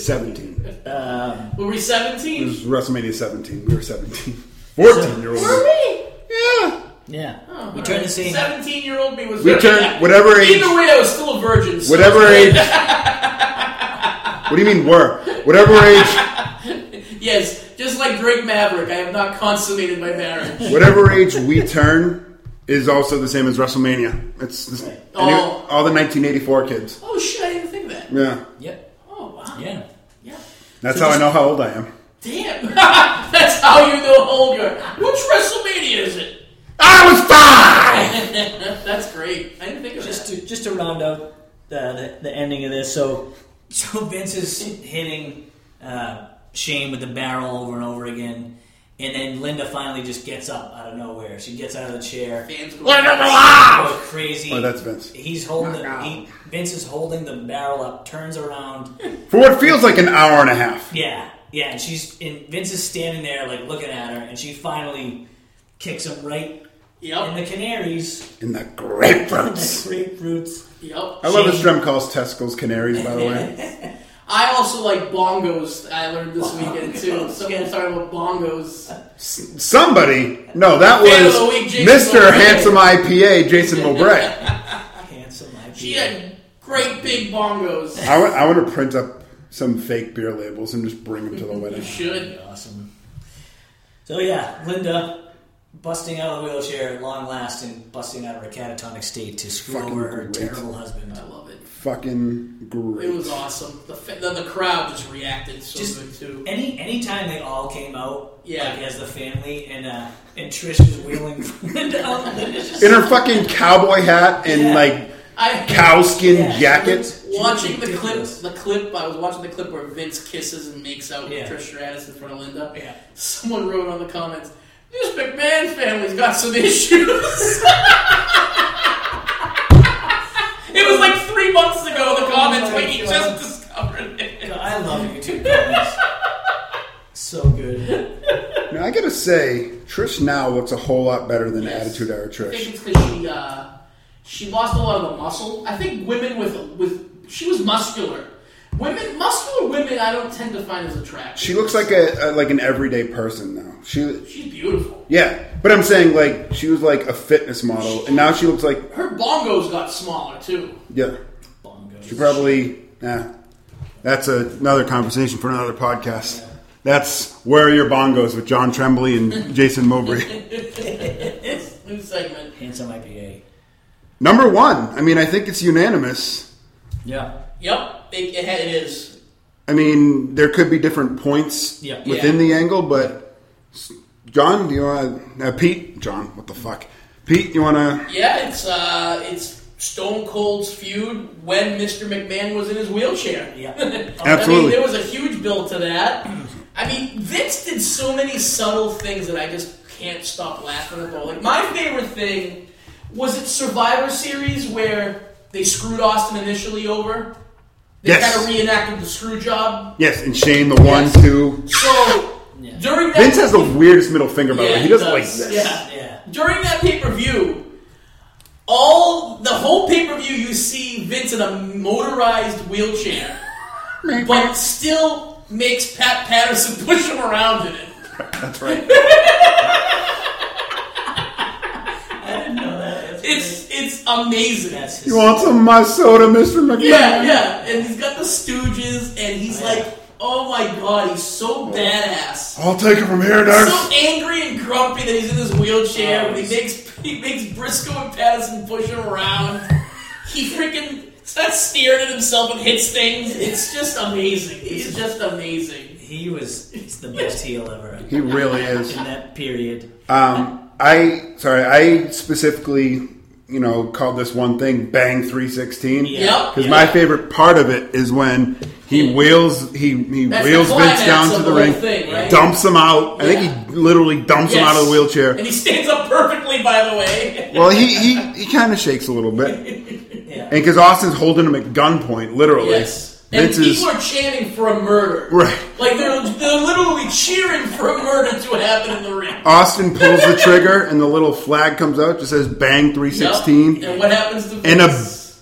S1: Seventeen.
S2: Were we
S1: It
S2: 17?
S3: Mm.
S1: was WrestleMania seventeen. We were seventeen. Fourteen year
S2: Were
S1: old.
S2: we?
S1: Yeah.
S3: Yeah, we
S2: All
S3: turned
S2: right.
S3: the scene.
S2: 17 year old me was
S1: We
S2: very
S1: turned
S2: happy.
S1: whatever age.
S2: Either way, I was still a virgin. so-
S1: Whatever age. What do you mean were? Whatever age.
S2: Yes, just like Drake Maverick, I have not consummated my marriage.
S1: Whatever age we turn is also the same as WrestleMania. It's, it's any-
S2: Oh.
S1: all the 1984 kids.
S2: oh shit, I didn't think of that.
S1: Yeah,
S3: Yep.
S2: Oh wow.
S3: Yeah.
S2: Yeah.
S1: that's
S3: So
S1: how I
S3: just-
S1: know how old I am.
S2: Damn. That's how you know how old you are. Which WrestleMania is it?
S1: I was five.
S2: That's great. I didn't think of
S3: Just
S2: that.
S3: to just to round out the the, the ending of this, so so Vince is hitting uh, Shane with the barrel over and over again, and then Linda finally just gets up out of nowhere. She gets out of the chair.
S2: Fans go- Ah!
S3: Go crazy.
S1: Oh, that's Vince.
S3: He's holding. The, he, Vince is holding the barrel up. Turns around.
S1: For what feels like an hour and a half.
S3: Yeah, yeah. And she's and Vince is standing there like looking at her, and she finally kicks him right in
S2: Yep.
S3: the canaries.
S1: In the
S3: The
S1: grapefruits.
S3: grapefruits.
S1: I
S2: Yep.
S1: love this drum calls testicles canaries, by the way.
S2: I also like bongos. I learned this weekend too. Someone talking about bongos.
S1: Somebody, no, that
S2: Fan of the week,
S1: was
S2: Jason
S1: Mr.
S2: Mobray.
S1: Handsome IPA, Jason Mowbray.
S3: Handsome. IPA.
S2: She had great big bongos.
S1: I want, I want to print up some fake beer labels and just bring them to the wedding.
S2: Should.
S3: Awesome. So yeah, Linda busting out of the wheelchair at long last and busting out of her catatonic state to screw
S1: Fucking
S3: over her
S1: great.
S3: terrible husband.
S2: I love it.
S1: Fucking great.
S2: It was awesome. The fa- the, the crowd just reacted so
S3: Just-
S2: good too.
S3: Any anytime they all came out,
S2: Yeah.
S3: like as the family, and uh, and Trish was wheeling Linda out. Linda's just
S1: In her fucking cowboy hat and
S3: Yeah.
S1: like
S2: I
S1: cow skin
S3: Yeah, she
S1: jacket.
S3: looks- she looks
S2: watching the clip.
S3: ridiculous.
S2: The clip. I was watching the clip where Vince kisses and makes out
S3: Yeah.
S2: with Trish Stratus in front of Linda.
S3: Yeah.
S2: Someone wrote on the comments, "This McMahon family's got some issues." it was like three months ago. The comments,
S3: Oh, my
S2: but he
S3: God.
S2: just discovered it.
S3: I love YouTube comments. so good.
S1: Now, I gotta say, Trish now looks a whole lot better than
S2: Yes.
S1: Attitude Era
S2: I
S1: Trish.
S2: think it's because she uh, she lost a lot of the muscle. I think women with with she was muscular. Women, muscular women, I don't tend to find as attractive.
S1: She looks like a, a like an everyday person now. She,
S2: she's beautiful.
S1: yeah, but I'm saying like she was like a fitness model, and now she looks like
S2: Her bongos got smaller too.
S1: yeah. She probably nah. That's a, another conversation for another podcast. That's where are your bongos with John Tremblay and Jason Mowbray.
S2: New segment.
S3: Handsome IPA.
S1: Number one. I mean, I think it's unanimous.
S3: Yeah.
S2: Yep, it, it, had- it is.
S1: I mean, there could be different points
S3: Yeah.
S1: within the angle, but John, do you want to? Uh, Pete, John, what the fuck? Pete, you want to?
S2: Yeah, it's uh, it's Stone Cold's feud when Mr. McMahon was in his wheelchair.
S3: Yeah.
S1: Absolutely.
S2: I mean, there was a huge build to that. I mean, Vince did so many subtle things that I just can't stop laughing about. Like my favorite thing was it Survivor Series where they screwed Austin initially over. They
S1: Yes.
S2: kind of reenacted the screw job.
S1: Yes, and Shane, the one,
S2: Yes.
S1: two.
S2: So during that,
S1: Vince has the weirdest middle finger, by the
S2: Yeah,
S1: way. He doesn't
S2: does.
S1: like this.
S2: Yeah.
S3: Yeah.
S2: During that pay per view, all the whole pay per view, you see Vince in a motorized wheelchair, but still makes Pat Patterson push him around in it.
S1: That's right.
S2: It's it's amazing.
S3: That's his
S1: you want some of my soda, Mister McMahon?
S2: yeah, yeah, and he's got the Stooges, and he's like, Oh my god, he's so badass.
S1: I'll take it from here,
S2: He's
S1: nurse.
S2: so angry and grumpy that he's in his wheelchair
S3: Oh,
S2: when he makes he makes Briscoe and Patterson push him around. He freaking starts staring at himself and hits things. It's just amazing. He's just amazing.
S3: He was it's the best heel ever
S1: he really is.
S3: in that period.
S1: Um, I sorry, I specifically, you know, called this one thing "Bang 316"
S3: Yeah.
S1: because
S2: Yep.
S1: my favorite part of it is when he wheels he he
S2: That's the
S1: wheels Vince
S2: climax
S1: down
S2: of
S1: to
S2: the
S1: the
S2: whole
S1: ring,
S2: thing, right?
S1: dumps him out. I
S2: Yeah.
S1: think he literally dumps him out of the
S2: Yes. And
S1: wheelchair.
S2: he stands up perfectly, by the way.
S1: Well, he he, he kind of shakes a little bit,
S3: Yeah.
S1: and because Austin's holding him at gunpoint, literally.
S2: Yes. And
S1: Vince is
S2: people are chanting for a murder.
S1: Right.
S2: Like they're, they're literally cheering for a murder to happen in the ring.
S1: Austin pulls the trigger, and the little flag comes out. Just says "Bang 316."
S2: Yep. And what happens to
S1: And a-
S2: Vince?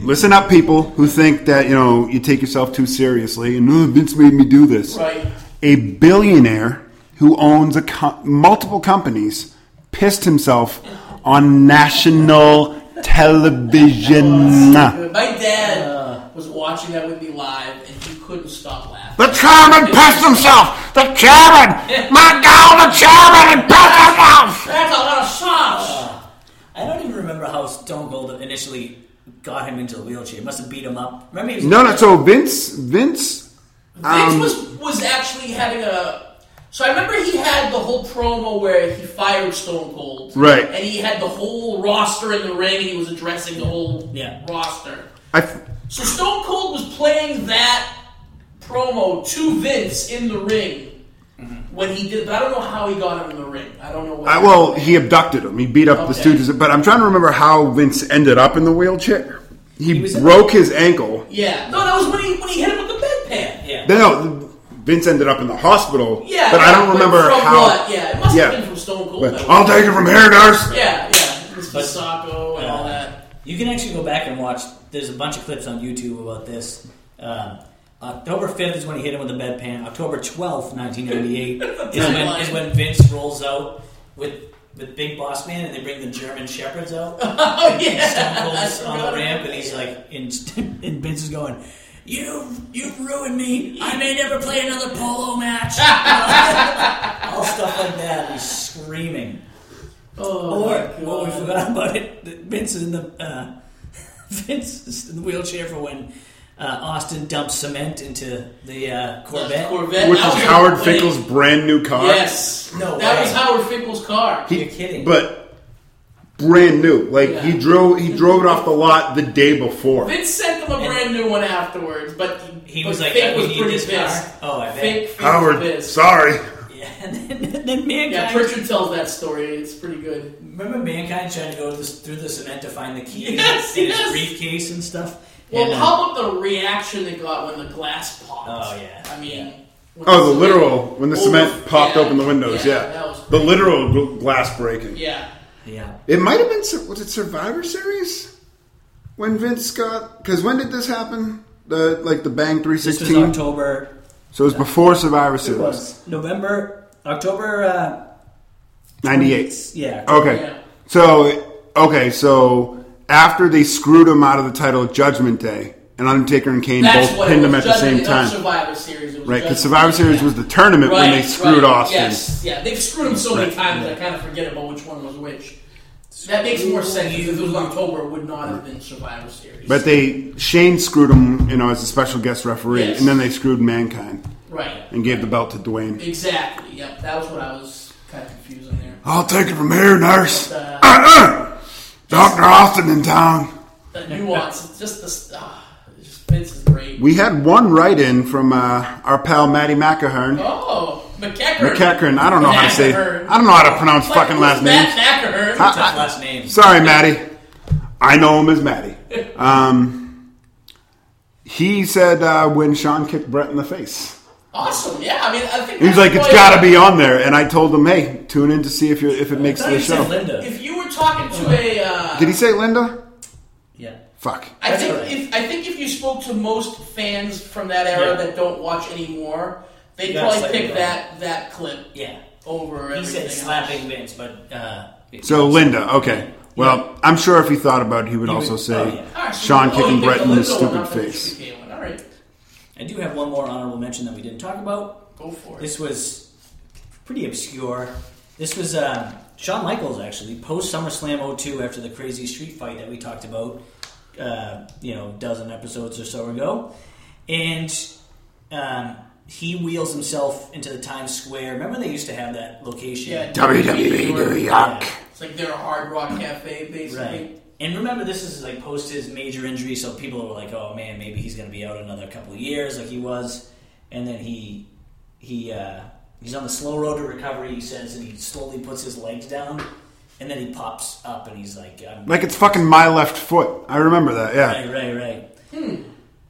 S1: Listen up, people who think that you know you take yourself too seriously, and oh, Vince made me do this.
S2: right.
S1: A billionaire who owns a co- multiple companies pissed himself on national television. The
S2: My
S1: Uh.
S2: dad was watching that with me live, and he couldn't stop laughing.
S1: chairman pissed himself. The chairman, my God, the chairman had pissed himself.
S2: That's a lot of sauce.
S3: I don't even remember how Stone Cold initially got him into the wheelchair. Must have beat him up. Remember he was
S1: No, no. So Vince, Vince,
S2: Vince
S1: um,
S2: was was actually having a. So I remember he had the whole promo where he fired Stone Cold,
S1: Right.
S2: And he had the whole roster in the ring, and he was addressing the whole
S3: Yeah.
S2: roster.
S1: I f-
S2: So Stone Cold was playing that promo to Vince in the ring
S3: Mm-hmm.
S2: when he did. But I don't know how he got him in the ring. I don't know. What
S1: I, well, he abducted him. He beat up the
S2: Okay.
S1: Stooges. But I'm trying to remember how Vince ended up in the wheelchair. He,
S3: was in-
S1: broke his ankle.
S2: yeah. No, that was when he when he hit him with the bedpan.
S3: Yeah.
S1: No, Vince ended up in the hospital.
S2: Yeah,
S1: but I don't
S2: but
S1: remember
S2: from
S1: how.
S2: What? Yeah, it must
S1: Yeah.
S2: have been from Stone Cold.
S1: But
S2: though.
S1: I'll take it from here, nurse.
S2: yeah, yeah, Mr. Sacco and all that.
S3: You can actually go back and watch. There's a bunch of clips on YouTube about this. Um, October 5th is when he hit him with the bedpan. October 12th, 1998, is, when, is when Vince rolls out with with Big Boss Man, and they bring the German shepherds out.
S2: Oh yeah,
S3: Stone Cold's
S2: I
S3: on the
S2: forgot.
S3: ramp, and he's like, and, and Vince is going, "You, you've ruined me. I may never play another polo match." All stuff like that. He's screaming.
S2: Oh,
S3: Or
S2: my God.
S3: what we forgot about it, that Vince is in the uh, Vince is in the wheelchair for when uh, Austin dumps cement into the uh, Corvette.
S2: Corvette,
S1: Which
S2: that
S1: is
S2: was
S1: Howard
S2: a-
S1: Finkel's brand new car.
S2: Yes,
S3: No
S2: that
S3: way.
S2: was Howard Finkel's car.
S1: He-
S3: You're kidding.
S1: But brand new. Like
S2: Yeah.
S1: he drove. He drove it off the lot the day before.
S2: Vince sent them a brand new one afterwards, but
S3: He
S2: but
S3: was like,
S2: Fink
S3: "I- we
S2: was
S3: need
S2: pretty
S3: this car."
S2: pissed.
S3: Oh, I bet.
S2: Fink, Fink
S1: Howard,
S2: was pissed.
S1: sorry.
S3: Yeah, and then, and then mankind.
S2: Yeah, Pritchard tells that story. It's pretty good.
S3: remember mankind trying to go to this, through the cement to find the keys
S2: Yes,
S3: in his
S2: yes.
S3: briefcase and stuff.
S2: Well,
S3: And, uh,
S2: how about the reaction they got when the glass popped?
S3: Oh, yeah.
S2: I mean, when
S1: Oh, the
S2: cement-
S1: literal when the
S2: Oh,
S1: cement popped
S2: yeah,
S1: open the windows. Yeah,
S2: that was
S1: the literal gl- glass breaking.
S2: yeah.
S3: yeah,
S1: It might have been Sur- was it Survivor Series when Vince got because when did this happen? The like the Bang three
S3: this was
S1: sixteen. So
S3: October.
S1: it was before Survivor Series.
S3: November, October. Uh,
S1: Ninety eight.
S3: yeah,
S1: Okay.
S2: Yeah.
S1: So okay. So after they screwed him out of the title at Judgment Day, and Undertaker and Kane
S2: That's
S1: both
S2: what
S1: pinned
S2: it
S1: him
S2: was.
S1: at the same
S2: Judgment- not
S1: time,
S2: Survivor Series, it was
S1: right? Because
S2: Judgment
S1: Survivor
S2: Day,
S1: Series
S2: yeah.
S1: was the tournament
S2: right,
S1: when they screwed
S2: right,
S1: Austin.
S2: Yes, yeah, they've screwed him so many times I kind of forget about which one was which. That makes more sense because if it was October, it would not have been Survivor Series.
S1: But they Shane screwed him, you know, as a special guest referee,
S2: Yes.
S1: and then they screwed Mankind
S2: right,
S1: and gave the belt to Dwayne.
S2: exactly. Yep, that was what I was kind of confused on there.
S1: I'll take it from here, nurse.
S2: Uh,
S1: Uh-uh. Doctor Austin in town.
S2: the nuance, just the stuff. Vince is great.
S1: We had one write-in from uh, our pal Matty McAhern.
S2: Oh, McEachern.
S1: McEachern, I don't know how to say.
S2: McEachern.
S1: I don't know how to pronounce
S2: Like,
S1: fucking last
S2: who's
S1: names.
S2: Matt McEachern.
S3: tough last name.
S1: Ah, Sorry, Matty. I know him as Matty. Um, he said uh, when Sean kicked Brett in the face.
S2: Awesome. Yeah, I mean, I think
S1: He was
S2: that's
S1: like, "It's
S2: why-
S1: got to be on there," and I told him, "Hey, tune in to see if you if it
S3: I
S1: makes
S3: thought
S1: the
S3: you said
S1: show."
S3: Linda.
S2: If you were talking to a, uh,
S1: Did he say Linda?
S3: Yeah.
S1: Fuck.
S2: I
S3: That's
S2: think
S3: correct.
S2: if I think if you spoke to most fans from that era
S3: Yeah.
S2: that don't watch anymore, they'd
S3: Yeah,
S2: probably
S3: it's like
S2: pick
S3: a-
S2: that that clip
S3: Yeah.
S2: over
S3: He
S2: everything.
S3: said slapping Vince, but uh,
S1: So Linda, okay. Well, I'm sure if he thought about it, he would also
S3: would-
S1: say
S3: oh, yeah.
S2: All right, so-
S1: Sean
S2: oh, you
S1: kicking
S2: picked
S1: Brett in the
S2: Linda one,
S1: stupid
S2: not the
S1: face.
S2: Shuriken one. All right.
S3: I do have one more honorable mention that we didn't talk about.
S2: Go for it.
S3: This was pretty obscure. This was uh, Shawn Michaels actually post SummerSlam 02 after the crazy street fight that we talked about, uh, you know, a dozen episodes or so ago, and um, he wheels himself into the Times Square. Remember they used to have that location.
S2: Yeah.
S1: WWE New York.
S3: Yeah.
S2: It's like they're a hard rock cafe, basically.
S3: Right. And remember, this is like post his major injury, so people were like, "Oh man, maybe he's going to be out another couple of years," like he was. And then he he uh, he's on the slow road to recovery. He says, and he slowly puts his legs down, and then he pops up, and he's like, I'm,
S1: Like it's fucking my left foot. I remember that. Yeah.
S3: "Right, right, right."
S2: Hmm.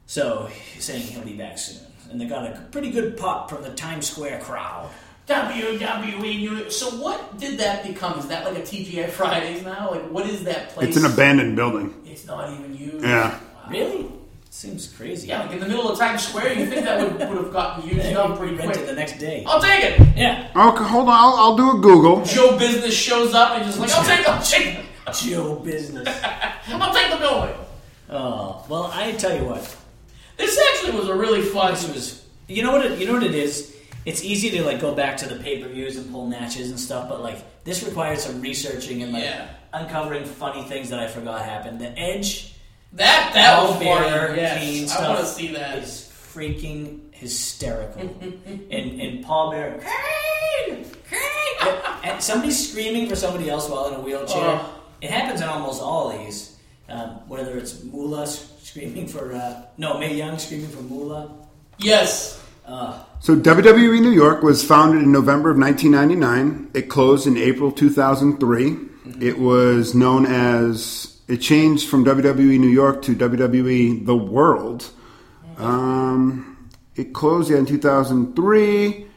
S3: So he's saying he'll be back soon, and they got a pretty good pop from the Times Square crowd.
S2: WWE. E, New- So what did that become? Is that like a TGI Fridays now? Like what is that place?
S1: It's an abandoned building.
S2: It's not even used.
S1: Yeah.
S3: Really? Seems crazy.
S2: Yeah, like in the middle of Times Square, you think that would, would have gotten used up
S3: we
S2: pretty
S3: rented
S2: quick.
S3: the
S2: Oh.
S3: next day.
S2: I'll take it.
S3: Yeah.
S1: Okay, hold on. I'll, I'll do a Google.
S2: Joe Business shows up and just like, I'll take, I'll take,
S3: Joe business.
S2: I'll take the building.
S3: Oh well, I tell you what.
S2: This actually was a really fun.
S3: This was. You know what? It, you know what it is. It's easy to like go back to the pay per views and pull matches and stuff, but like this requires some researching and like
S2: Yeah.
S3: uncovering funny things that I forgot happened. The Edge,
S2: That that was
S3: Bear,
S2: fun. Yes, I want to see that.
S3: Is freaking hysterical. and and Paul Bear, Kane, Kane, and somebody screaming for somebody else while in a wheelchair.
S2: Oh.
S3: It happens in almost all of these. Um, whether it's Moolah screaming for uh, no May Young screaming for Moolah.
S2: Yes.
S1: So WWE New York was founded in November of 1999. It closed in April 2003. It was known as it changed from WWE New York to WWE The World. Um, it closed yeah, in 2003.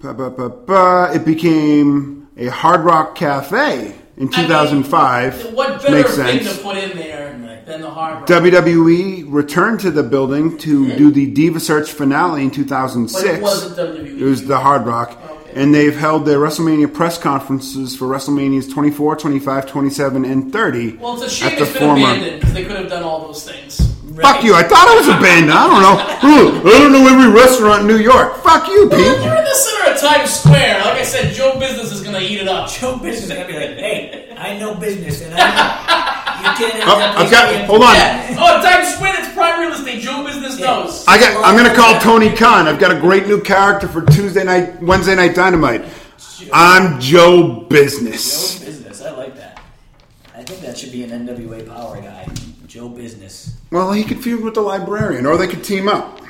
S1: Ba, ba, ba, ba. It became a Hard Rock Cafe in
S2: I mean,
S1: 2005.
S2: What
S1: which
S2: better
S1: makes
S2: thing
S1: sense.
S2: to put in there
S3: Right.
S2: than the hard rock?
S1: WWE returned to the building to do the Diva Search finale in 2006.
S2: but it wasn't E. WWE.
S1: It was the Hard Rock.
S2: Okay.
S1: And they've held their WrestleMania press conferences for WrestleManias 24, 25, 27, and 30.
S2: well, it's a
S1: at
S2: shame
S1: the
S2: it's been
S1: former-
S2: abandoned because they could have done all those things.
S1: Fuck you, I thought I was abandoned. I don't know. Ooh, I don't know every restaurant in New York. Fuck you,
S2: You're
S1: Pete.
S2: in the center of Times Square. Like I said, Joe Business is gonna eat it up.
S3: no business. I'd be like, hey, I know business, and I you can't.
S1: Oh, I've got, hold on.
S2: Yeah. Oh, Times Square. That's prime real estate. Joe Business knows.
S1: I got, I'm going to call Tony Khan. I've got a great new character for Tuesday night, Wednesday night Dynamite. I'm Joe Business.
S3: Joe business. I like that. I think that should be an NWA power guy. Joe business.
S1: Well, he could feud with the librarian, or they could team up.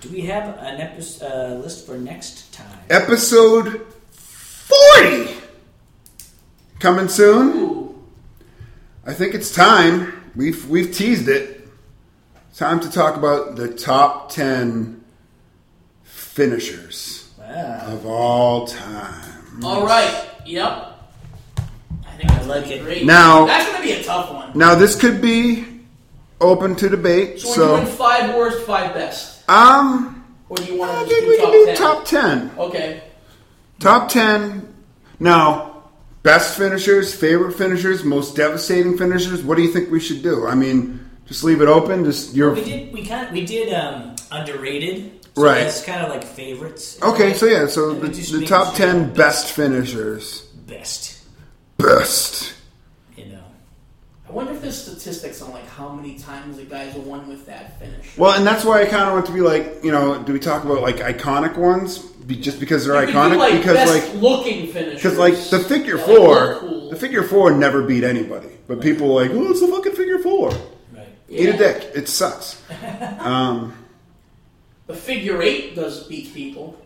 S3: Do we have an episode uh, list for next time?
S1: Episode 40! Coming soon.
S2: Ooh.
S1: I think it's time. We've we've teased it. Time to talk about the top ten finishers
S3: Wow.
S1: of all time.
S2: All right. Yep. I think that's
S3: like
S2: gonna be
S3: it.
S2: Great.
S1: Now-
S2: that's gonna be a tough one.
S1: Now this could be open to debate.
S2: So, so
S1: So,
S2: we're doing five worst, five best,
S1: um,
S2: or do you want
S1: I
S2: to just
S1: think
S2: do
S1: we
S2: top
S1: can do
S2: ten?
S1: top ten.
S2: Okay.
S1: Top ten. Now, best finishers, favorite finishers, most devastating finishers. What do you think we should do? I mean, just leave it open. Just your
S3: We did. We kind. We did um, underrated. So
S1: Right.
S3: That's kind of like favorites.
S1: okay. So yeah. So
S3: And
S1: the,
S3: we just
S1: the
S3: make
S1: top
S3: sure
S1: ten best finishers.
S3: Best.
S1: Best.
S3: You know.
S2: I wonder if there's statistics on like how many times the guys won with that finish.
S1: Well, and that's why I kind of want to be like, you know, do we talk about like iconic ones be, just because they're
S2: We could do,
S1: iconic?
S2: like,
S1: because
S2: best
S1: like
S2: looking finish.
S1: because like the figure
S2: Like,
S1: four,
S2: look cool.
S1: the figure four never beat anybody, but people are like, oh, it's the fucking figure four.
S3: Right.
S1: Eat a dick. It sucks. um,
S2: The figure eight does beat people.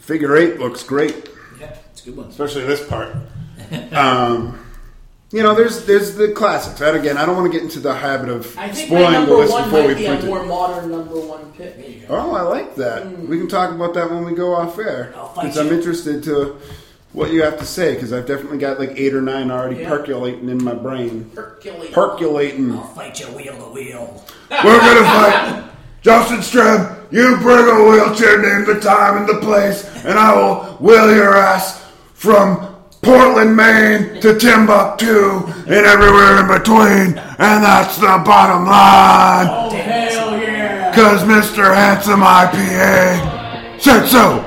S1: figure eight looks great,
S3: Yeah. It's a good one.
S1: especially this part. um, you know, there's there's the classics. And again, I don't want to get into the habit of
S2: I think my
S1: spoiling the
S2: number
S1: list
S2: one
S1: before we
S2: might be a
S1: print
S2: more Mm.
S1: it.
S2: modern number one pick.
S1: Oh, I like that. We can talk about that when we go off air.
S3: I'll fight
S1: I'm
S3: you.
S1: interested to what you have to say because I've definitely got like eight or nine already
S2: Yeah.
S1: percolating in my brain.
S2: Hercules.
S1: Percolating.
S3: I'll fight you wheel to wheel.
S1: We're gonna fight Justin Streb. You bring a wheelchair, name the time and the place, and I will wheel your ass from Portland, Maine to Timbuktu and everywhere in between. And that's the bottom line.
S2: Oh hell yeah!
S1: Cause Mr. Handsome IPA said so.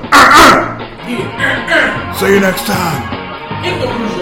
S1: See you next time.
S2: In the